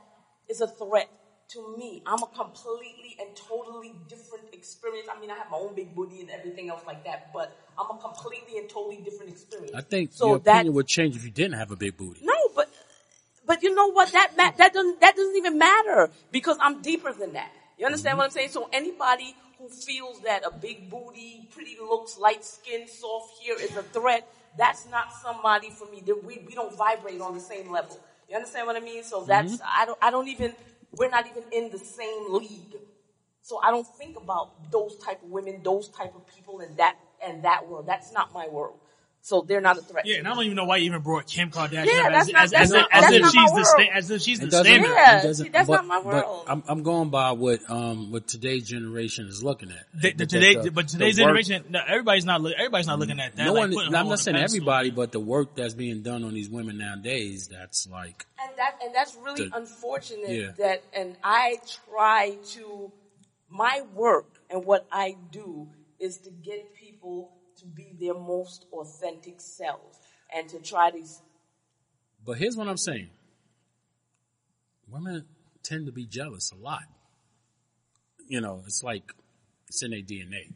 is a threat to me. I'm a completely and totally different experience. I mean, I have my own big booty and everything else like that, but I'm a completely and totally different experience. I think so your that, opinion would change if you didn't have a big booty. no, but but you know what? That ma- that doesn't that doesn't even matter because I'm deeper than that. You understand what I'm saying? So anybody who feels that a big booty, pretty looks, light skin, soft hair is a threat, that's not somebody for me. That we we don't vibrate on the same level. You understand what I mean? So that's Mm-hmm. I don't I don't even we're not even in the same league. So I don't think about those type of women, those type of people, and that and that world. That's not my world. So they're not a threat. Yeah, and I don't even know why you even brought Kim Kardashian Yeah, up as, that's not- as, that's as, not- if- as that's if not my she's the sta- world. as if she's It the doesn't. standard. Yeah, it doesn't. see, that's but, not my but world. I'm, I'm going by what um what today's generation is looking at. The, the, The- today, the- but the today's work- Mm-hmm. generation, no, everybody's not look, everybody's not looking at that. No like, one. putting I'm her on not a saying pedestal, everybody, man. but the work that's being done on these women nowadays. That's like And that and that's really The- unfortunate yeah. that and I try to my work and what I do is to get people to be their most authentic selves and to try to But here's what I'm saying. Women tend to be jealous a lot. You know, it's like it's in their DNA.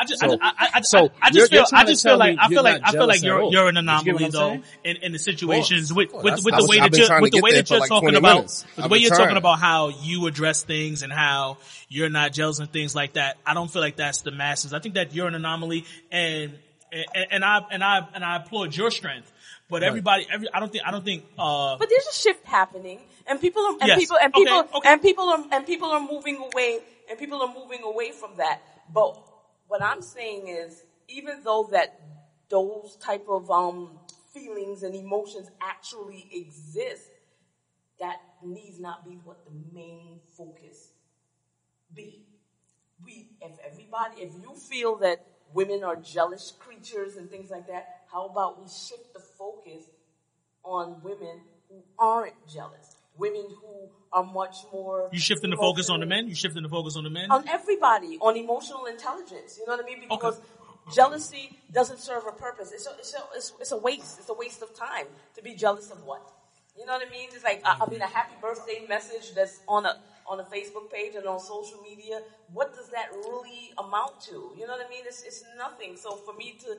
I just, So- I, I, I, so I, I you're- just you're feel, trying I to just feel tell like, me I feel you're like, not I feel jealous like at you're, all. you're an You get what anomaly I'm though, saying? in, in the situations with, course. with, with I the was- way I've that been you're, trying to with the get way there that for you're like talking 20 about, minutes. with the I've way been you're trying. talking about how you address things and how you're not jealous and things like that. I don't feel like that's the masses. I think that you're an anomaly and, and, and I, and I, and I applaud your strength, but everybody, every, I don't think, I don't think, uh, But there's a shift happening, and people are, and Yes. people and Okay, people okay. and people are and people are moving away, and people are moving away from that. But what I'm saying is, even though that those type of um, feelings and emotions actually exist, that needs not be what the main focus be. We, if everybody, if you feel that women are jealous creatures and things like that, how about we shift the focus on women who aren't jealous, women who are much more. you shifting the focus on the emotional- men, you shifting the focus on the men. on everybody, on emotional intelligence. You know what I mean? Because Okay. jealousy doesn't serve a purpose. It's a, it's, a, it's, it's a waste. It's a waste of time to be jealous of what. You know what I mean? It's like I, I mean, a happy birthday message that's on a on a Facebook page and on social media. What does that really amount to? You know what I mean? It's it's nothing. So for me to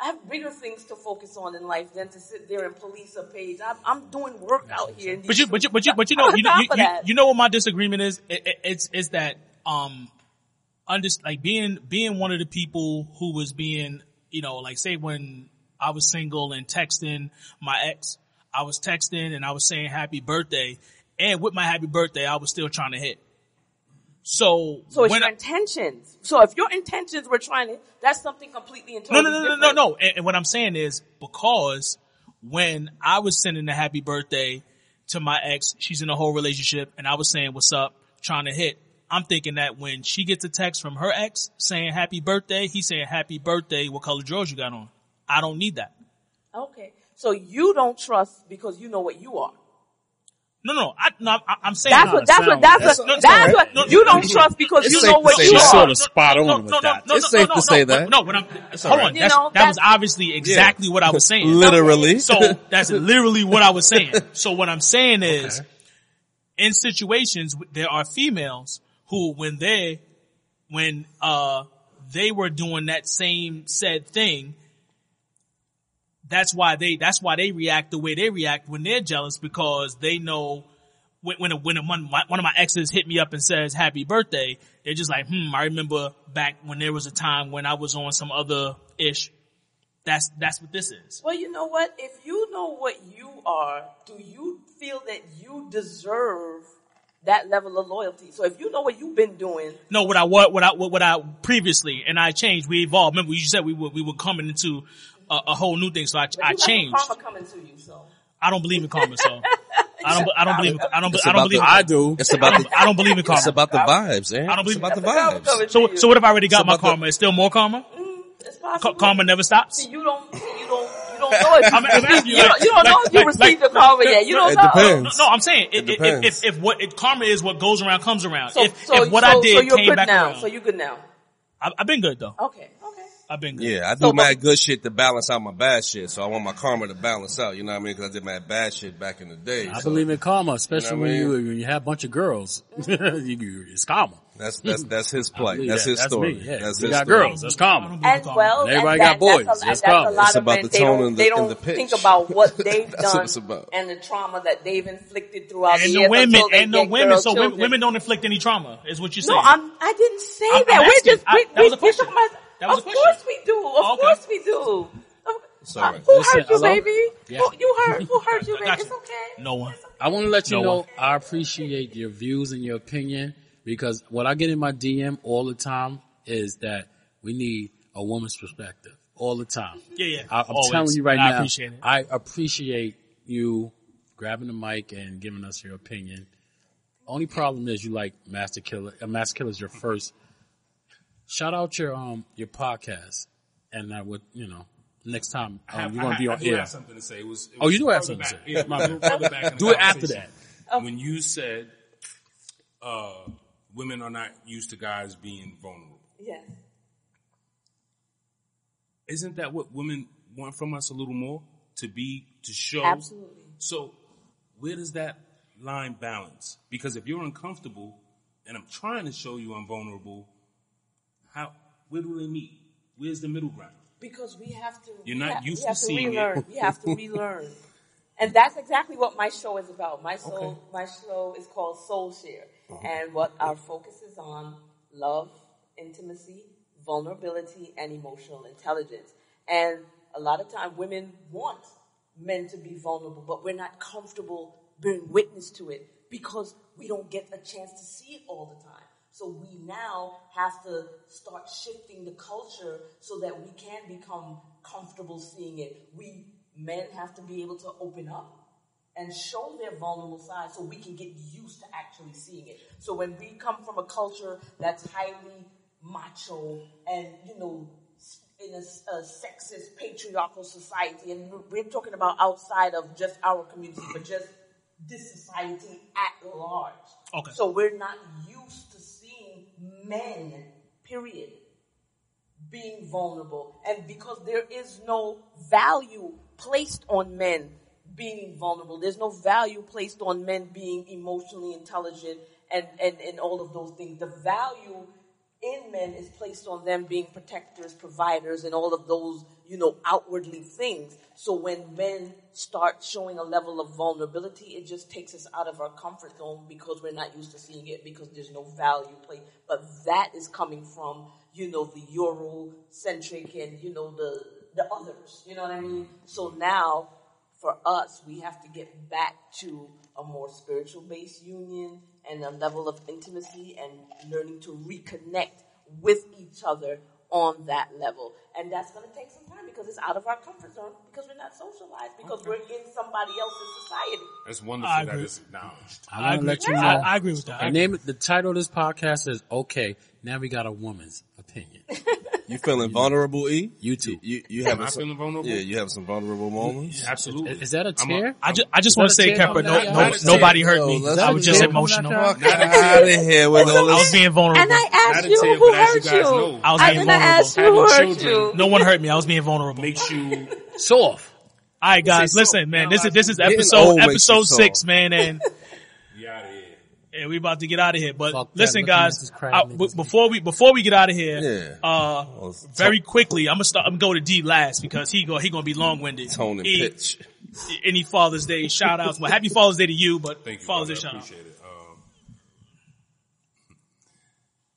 I have bigger things to focus on in life than to sit there and police a page. I'm, I'm doing work out here. In these But you, but you, but you, but you I'm know, on you, top you, of you, that. you know what my disagreement is? It, it, it's, it's that, um, under, like being, being one of the people who was being, you know, like say when I was single and texting my ex, I was texting and I was saying happy birthday and with my happy birthday, I was still trying to hit. So, So it's when your I- intentions. So if your intentions were trying to, that's something completely and No, totally no, no, no, different. no, no. And, and what I'm saying is because when I was sending a happy birthday to my ex, she's in a whole relationship, and I was saying what's up, trying to hit. I'm thinking that when she gets a text from her ex saying happy birthday, he's saying happy birthday, what color drawers you got on? I don't need that. Okay. So you don't trust because you know what you are. No, no, I, no, I, I'm saying That's no. what. That's what. sound That's right. what. That's- That's, that's what. all right. You don't trust because It's you safe know to what say you that. are. Sort of spot on with that. No, It's no, safe to no, no, say but- that. No, what I'm hold all on. right. You That's, know, that was that's- obvioly exactly what I was saying. Literally. So that's literally what I was saying. So what I'm saying is, in situations w- there are females who, when they, when uh they were doing that same said thing, that's why they that's why they react the way they react when they're jealous because they know when when a, when a, one, my, one of my exes hit me up and says happy birthday, they're just like, hmm, I remember back when there was a time when I was on some other ish. That's that's what this is. Well, you know what? If you know what you are, do you feel that you deserve that level of loyalty? So if you know what you've been doing, No, what I what what I what, what I previously and I changed. We evolved. Remember, you said we were we were coming into a, a whole new thing. So I but I you got some changed. karma coming to you. So I don't believe in karma. So I don't I don't believe in, I don't It's I don't about believe the, in karma. do. It's about the, I don't believe in it's karma. about the vibes, Aaron. I don't It's believe- about the that's the karma vibes. coming So to what- you. so what if I already got It's my about the- karma? Is still more karma? It's Ka- possible. karma never stops. See, you don't. See, you don't. You don't know if you I'm, I'm received. asking You you, like, don't. You don't like, know if you like, received like, the karma no, yet. You no, don't It know. No, depends. no, I'm saying if, It if, depends. if, if what if karma is what goes around comes around. So, if so, if what so, I so did you're came good back now. around, So you're good now. I, I've been good though. Okay. Okay. I've been good. Yeah, I do So, but- mad good shit to balance out my bad shit. So I want my karma to balance out. You know what I mean? Because I did mad bad shit back in the day. I so believe in karma, especially what I mean? when you when you have a bunch of girls. you, you- it's karma. that's that's that's his I play. believe That's that. his That's story. me. Yeah, That's we his story. got girls. That's I karma. don't believe in and karma. well, And everybody and that, got boys. That's That's a, and that's a karma. lot It's of about men. the They tone don't. and the- they and don't the pitch. think about what they've That's what done it's about. and the trauma that they've inflicted throughout the And the years women until they and the get women. girl So women, children. women don't inflict any trauma. Is what you're No, saying? I'm. I didn't say I'm- that. I'm we're asking. just. I- We, that we, was a we're question. talking about. That was a of course question. we do. Of Oh, okay. course we do. Of- It's uh, all right. who Listen, hurt you, hello? baby? Yeah. Who you hurt? Who hurt you, I baby? got It's you. okay. No one. I want to let you No know one. I appreciate your views and your opinion because what I get in my DM all the time is that we need a woman's perspective all the time. Yeah, yeah. I, I'm Mm-hmm. Always. telling you right And I now, appreciate it. I appreciate you grabbing the mic and giving us your opinion. Only problem is you like Master Killer. Uh, Master Killer's Mm-hmm. your first. Shout out your um your podcast, and I would you know next time I have, um, you're I gonna ha- be I on do air. have something to say. It was, it Oh, was you do have further something to back- say. yeah, My a little bad. further back in the Do it after conversation. that. Oh. When you said uh, women are not used to guys being vulnerable, Yes. isn't that what women want from us a little more to be to show? Absolutely. So where does that line balance? Because if you're uncomfortable and I'm trying to show you I'm vulnerable, how where do they meet? Where's the middle ground? Because we have to. You're we not ha- used we to have to seeing it. relearn. We have to relearn. And that's exactly what my show is about. My soul, Okay. my show is called Soul Share, and what our focus is on: love, intimacy, vulnerability, and emotional intelligence. And a lot of time, women want men to be vulnerable, but we're not comfortable being witness to it because we don't get a chance to see it all the time. So we now have to start shifting the culture so that we can become comfortable seeing it. We men have to be able to open up and show their vulnerable side so we can get used to actually seeing it. So when we come from a culture that's highly macho and, you know, s- in a, s- a sexist, patriarchal society, and we're- we're talking about outside of just our community, but just this society at large. Okay. So we're not used to seeing men, period, being vulnerable and because there is no value placed on men being vulnerable there's no value placed on men being emotionally intelligent and and, and all of those things the value in men is placed on them being protectors providers and all of those you know outwardly things so when men start showing a level of vulnerability it just takes us out of our comfort zone because we're not used to seeing it because there's no value placed but that is coming from you know, the Eurocentric and, you know, the, the others. You know what I mean? So now, for us, we have to get back to a more spiritual based union and a level of intimacy and learning to reconnect with each other on that level. And that's going to take some time because it's out of our comfort zone because we're not socialized because we're in somebody else's society. That's I wonderful that agree. it's acknowledged. I I want to agree. let you know. I, I agree with that. I the agree. name, the title of this podcast is "Okay." Now we got a woman's opinion. You feeling vulnerable, E? You too. You you having Am I some, feeling vulnerable? yeah, you have some vulnerable moments. Absolutely. Is, is that a I'm a- tear? I just, I Is just that want a to say, tear Kepper, coming no, out your no, eyes? nobody Yo, hurt me. let's I was get just it. emotional. I Fuck out of here with all was this. being vulnerable. And I asked Not a you tear, who but as you hurt guys know, you. I was I being didn't ask you vulnerable. who Having hurt children you. no one hurt me. I was being vulnerable. All makes you Soft. right, guys, so. listen, man. This is this is Getting episode old makes you episode six, soft. man, and Yeah, out of here. and we about to get out of here. But Fuck that, listen, looking at guys, this crowd, I- niggas. b- before we before we get out of here, Yeah. uh, very quickly, I'm gonna start. I'm gonna go to D last because he go he gonna be long winded. Tone and pitch. Any Father's Day shout outs? Well, happy Father's Day to you, but Thank you, Father's brother. Day I shout out. appreciate it. Um,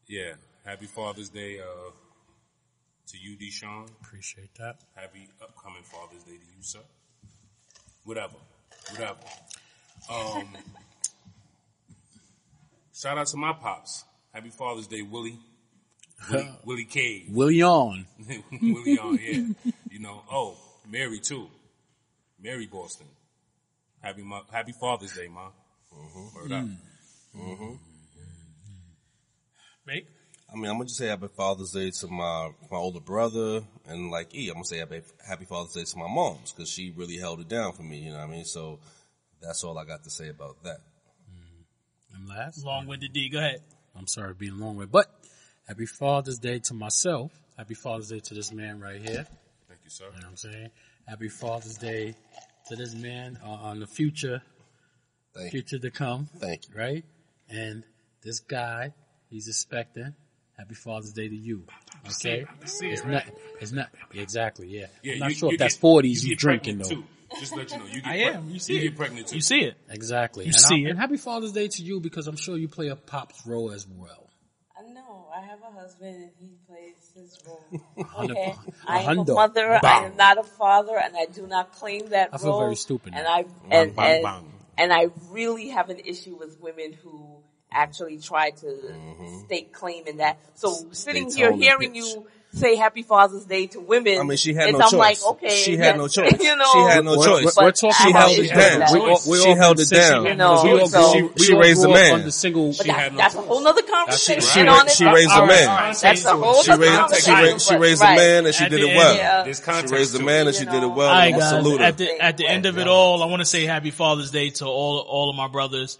yeah, happy Father's Day uh, to you, Deshaun. Appreciate that. Happy upcoming Father's Day to you, sir. Whatever, whatever. Um, shout out to my pops. Happy Father's Day, Willie. Willie, Willie Cage. William. Willie on, yeah. You know, oh, Mary too. Mary Boston. Happy mo- Happy Father's Day, ma. Word up. Make I mean, I'm gonna just say Happy Father's Day to my my older brother, and like E, I'm gonna say Happy, happy Father's Day to my mom's because she really held it down for me. You know what I mean? So that's all I got to say about that. I'm last. long winded D. Go ahead. I'm sorry for being long with, but happy Father's Day to myself. Happy Father's Day to this man right here. Thank you, sir. You know what I'm saying? Happy Father's Day to this man uh, on the future, Thank you, future to come, thank you. right? And this guy, he's expecting. Happy Father's Day to you. Okay, it's not. It's not exactly. Yeah, I'm not you- sure you if that's get- 40s you, get drinking though. pregnant, Too. Just to let you know, you get I preg- am. You see it. get pregnant too. You see it. Exactly. You and see I, it. And happy Father's Day to you because I'm sure you play a pop's role as well. I know. I have a husband and he plays his role. hundo- Okay. a I am a hundo. mother. I am Bang. not a father and I do not claim that I feel role. very stupid And now. I, and, bang, and, bang. and I really have an issue with women who actually try to stake claim in that. So sitting tone here and hearing pitch. you say happy Father's Day to women. I mean, she had it's, no I'm choice. like, okay. She had yes, no choice. you know, She had no We're- choice. We're, But we're talking I She about have held it down. an issue with that. We all, we all She held been it single. down. You know, we all so- grew, She- we she all raised grew a up man. under single. But She that, had no that's a choice. whole nother She conversation she, Right. ra- on its she raised a All right, man. all right. That's a whole She nother raised she conversation. raised she but- raised a right. man and she At did the it end, well. yeah. There's She context raised a to man it. and she You did it know. well. All right, And I guys. salute her. At the at the end of it all, I want to say Happy Father's Day to all all of my brothers,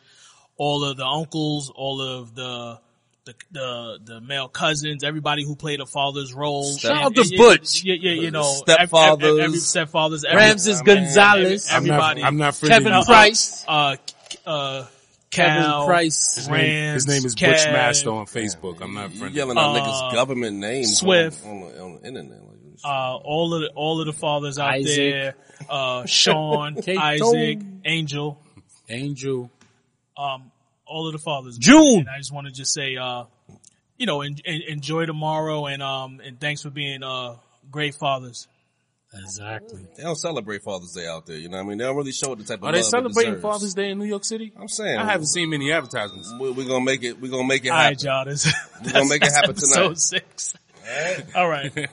all of the uncles, all of the the the, the male cousins, everybody who played a father's role. Step- And- Shout out and- to Butch. yeah, yeah, you know, Stepfathers. every, every stepfathers, every, Ramses I mean, Gonzalez, every- everybody, I'm not friendly Kevin with you. Price, uh, K- uh, Kevin Cal, Price, His name, his Rams, name is Butch Kev, Master on Facebook. I'm not You friendly. yelling out niggas government names uh, Swift. on, on, the, on the internet. Like, uh, all of the, all of the fathers out Isaac. there, uh, Sean, Kato. Isaac, Angel, Angel. um, all of the fathers. man. June. And I just want to just say, uh, you know, en- en- enjoy tomorrow and, um, and thanks for being, uh, great fathers. Exactly. they don't celebrate Father's Day out there. You know what I mean? They don't really show the type of Are love they it celebrating deserves. Father's Day in New York City? I'm saying I haven't seen many advertisements. We're, we gonna make it. We're gonna make it All right, happen. y'all. This, gonna make it that's happen episode tonight. six. All right.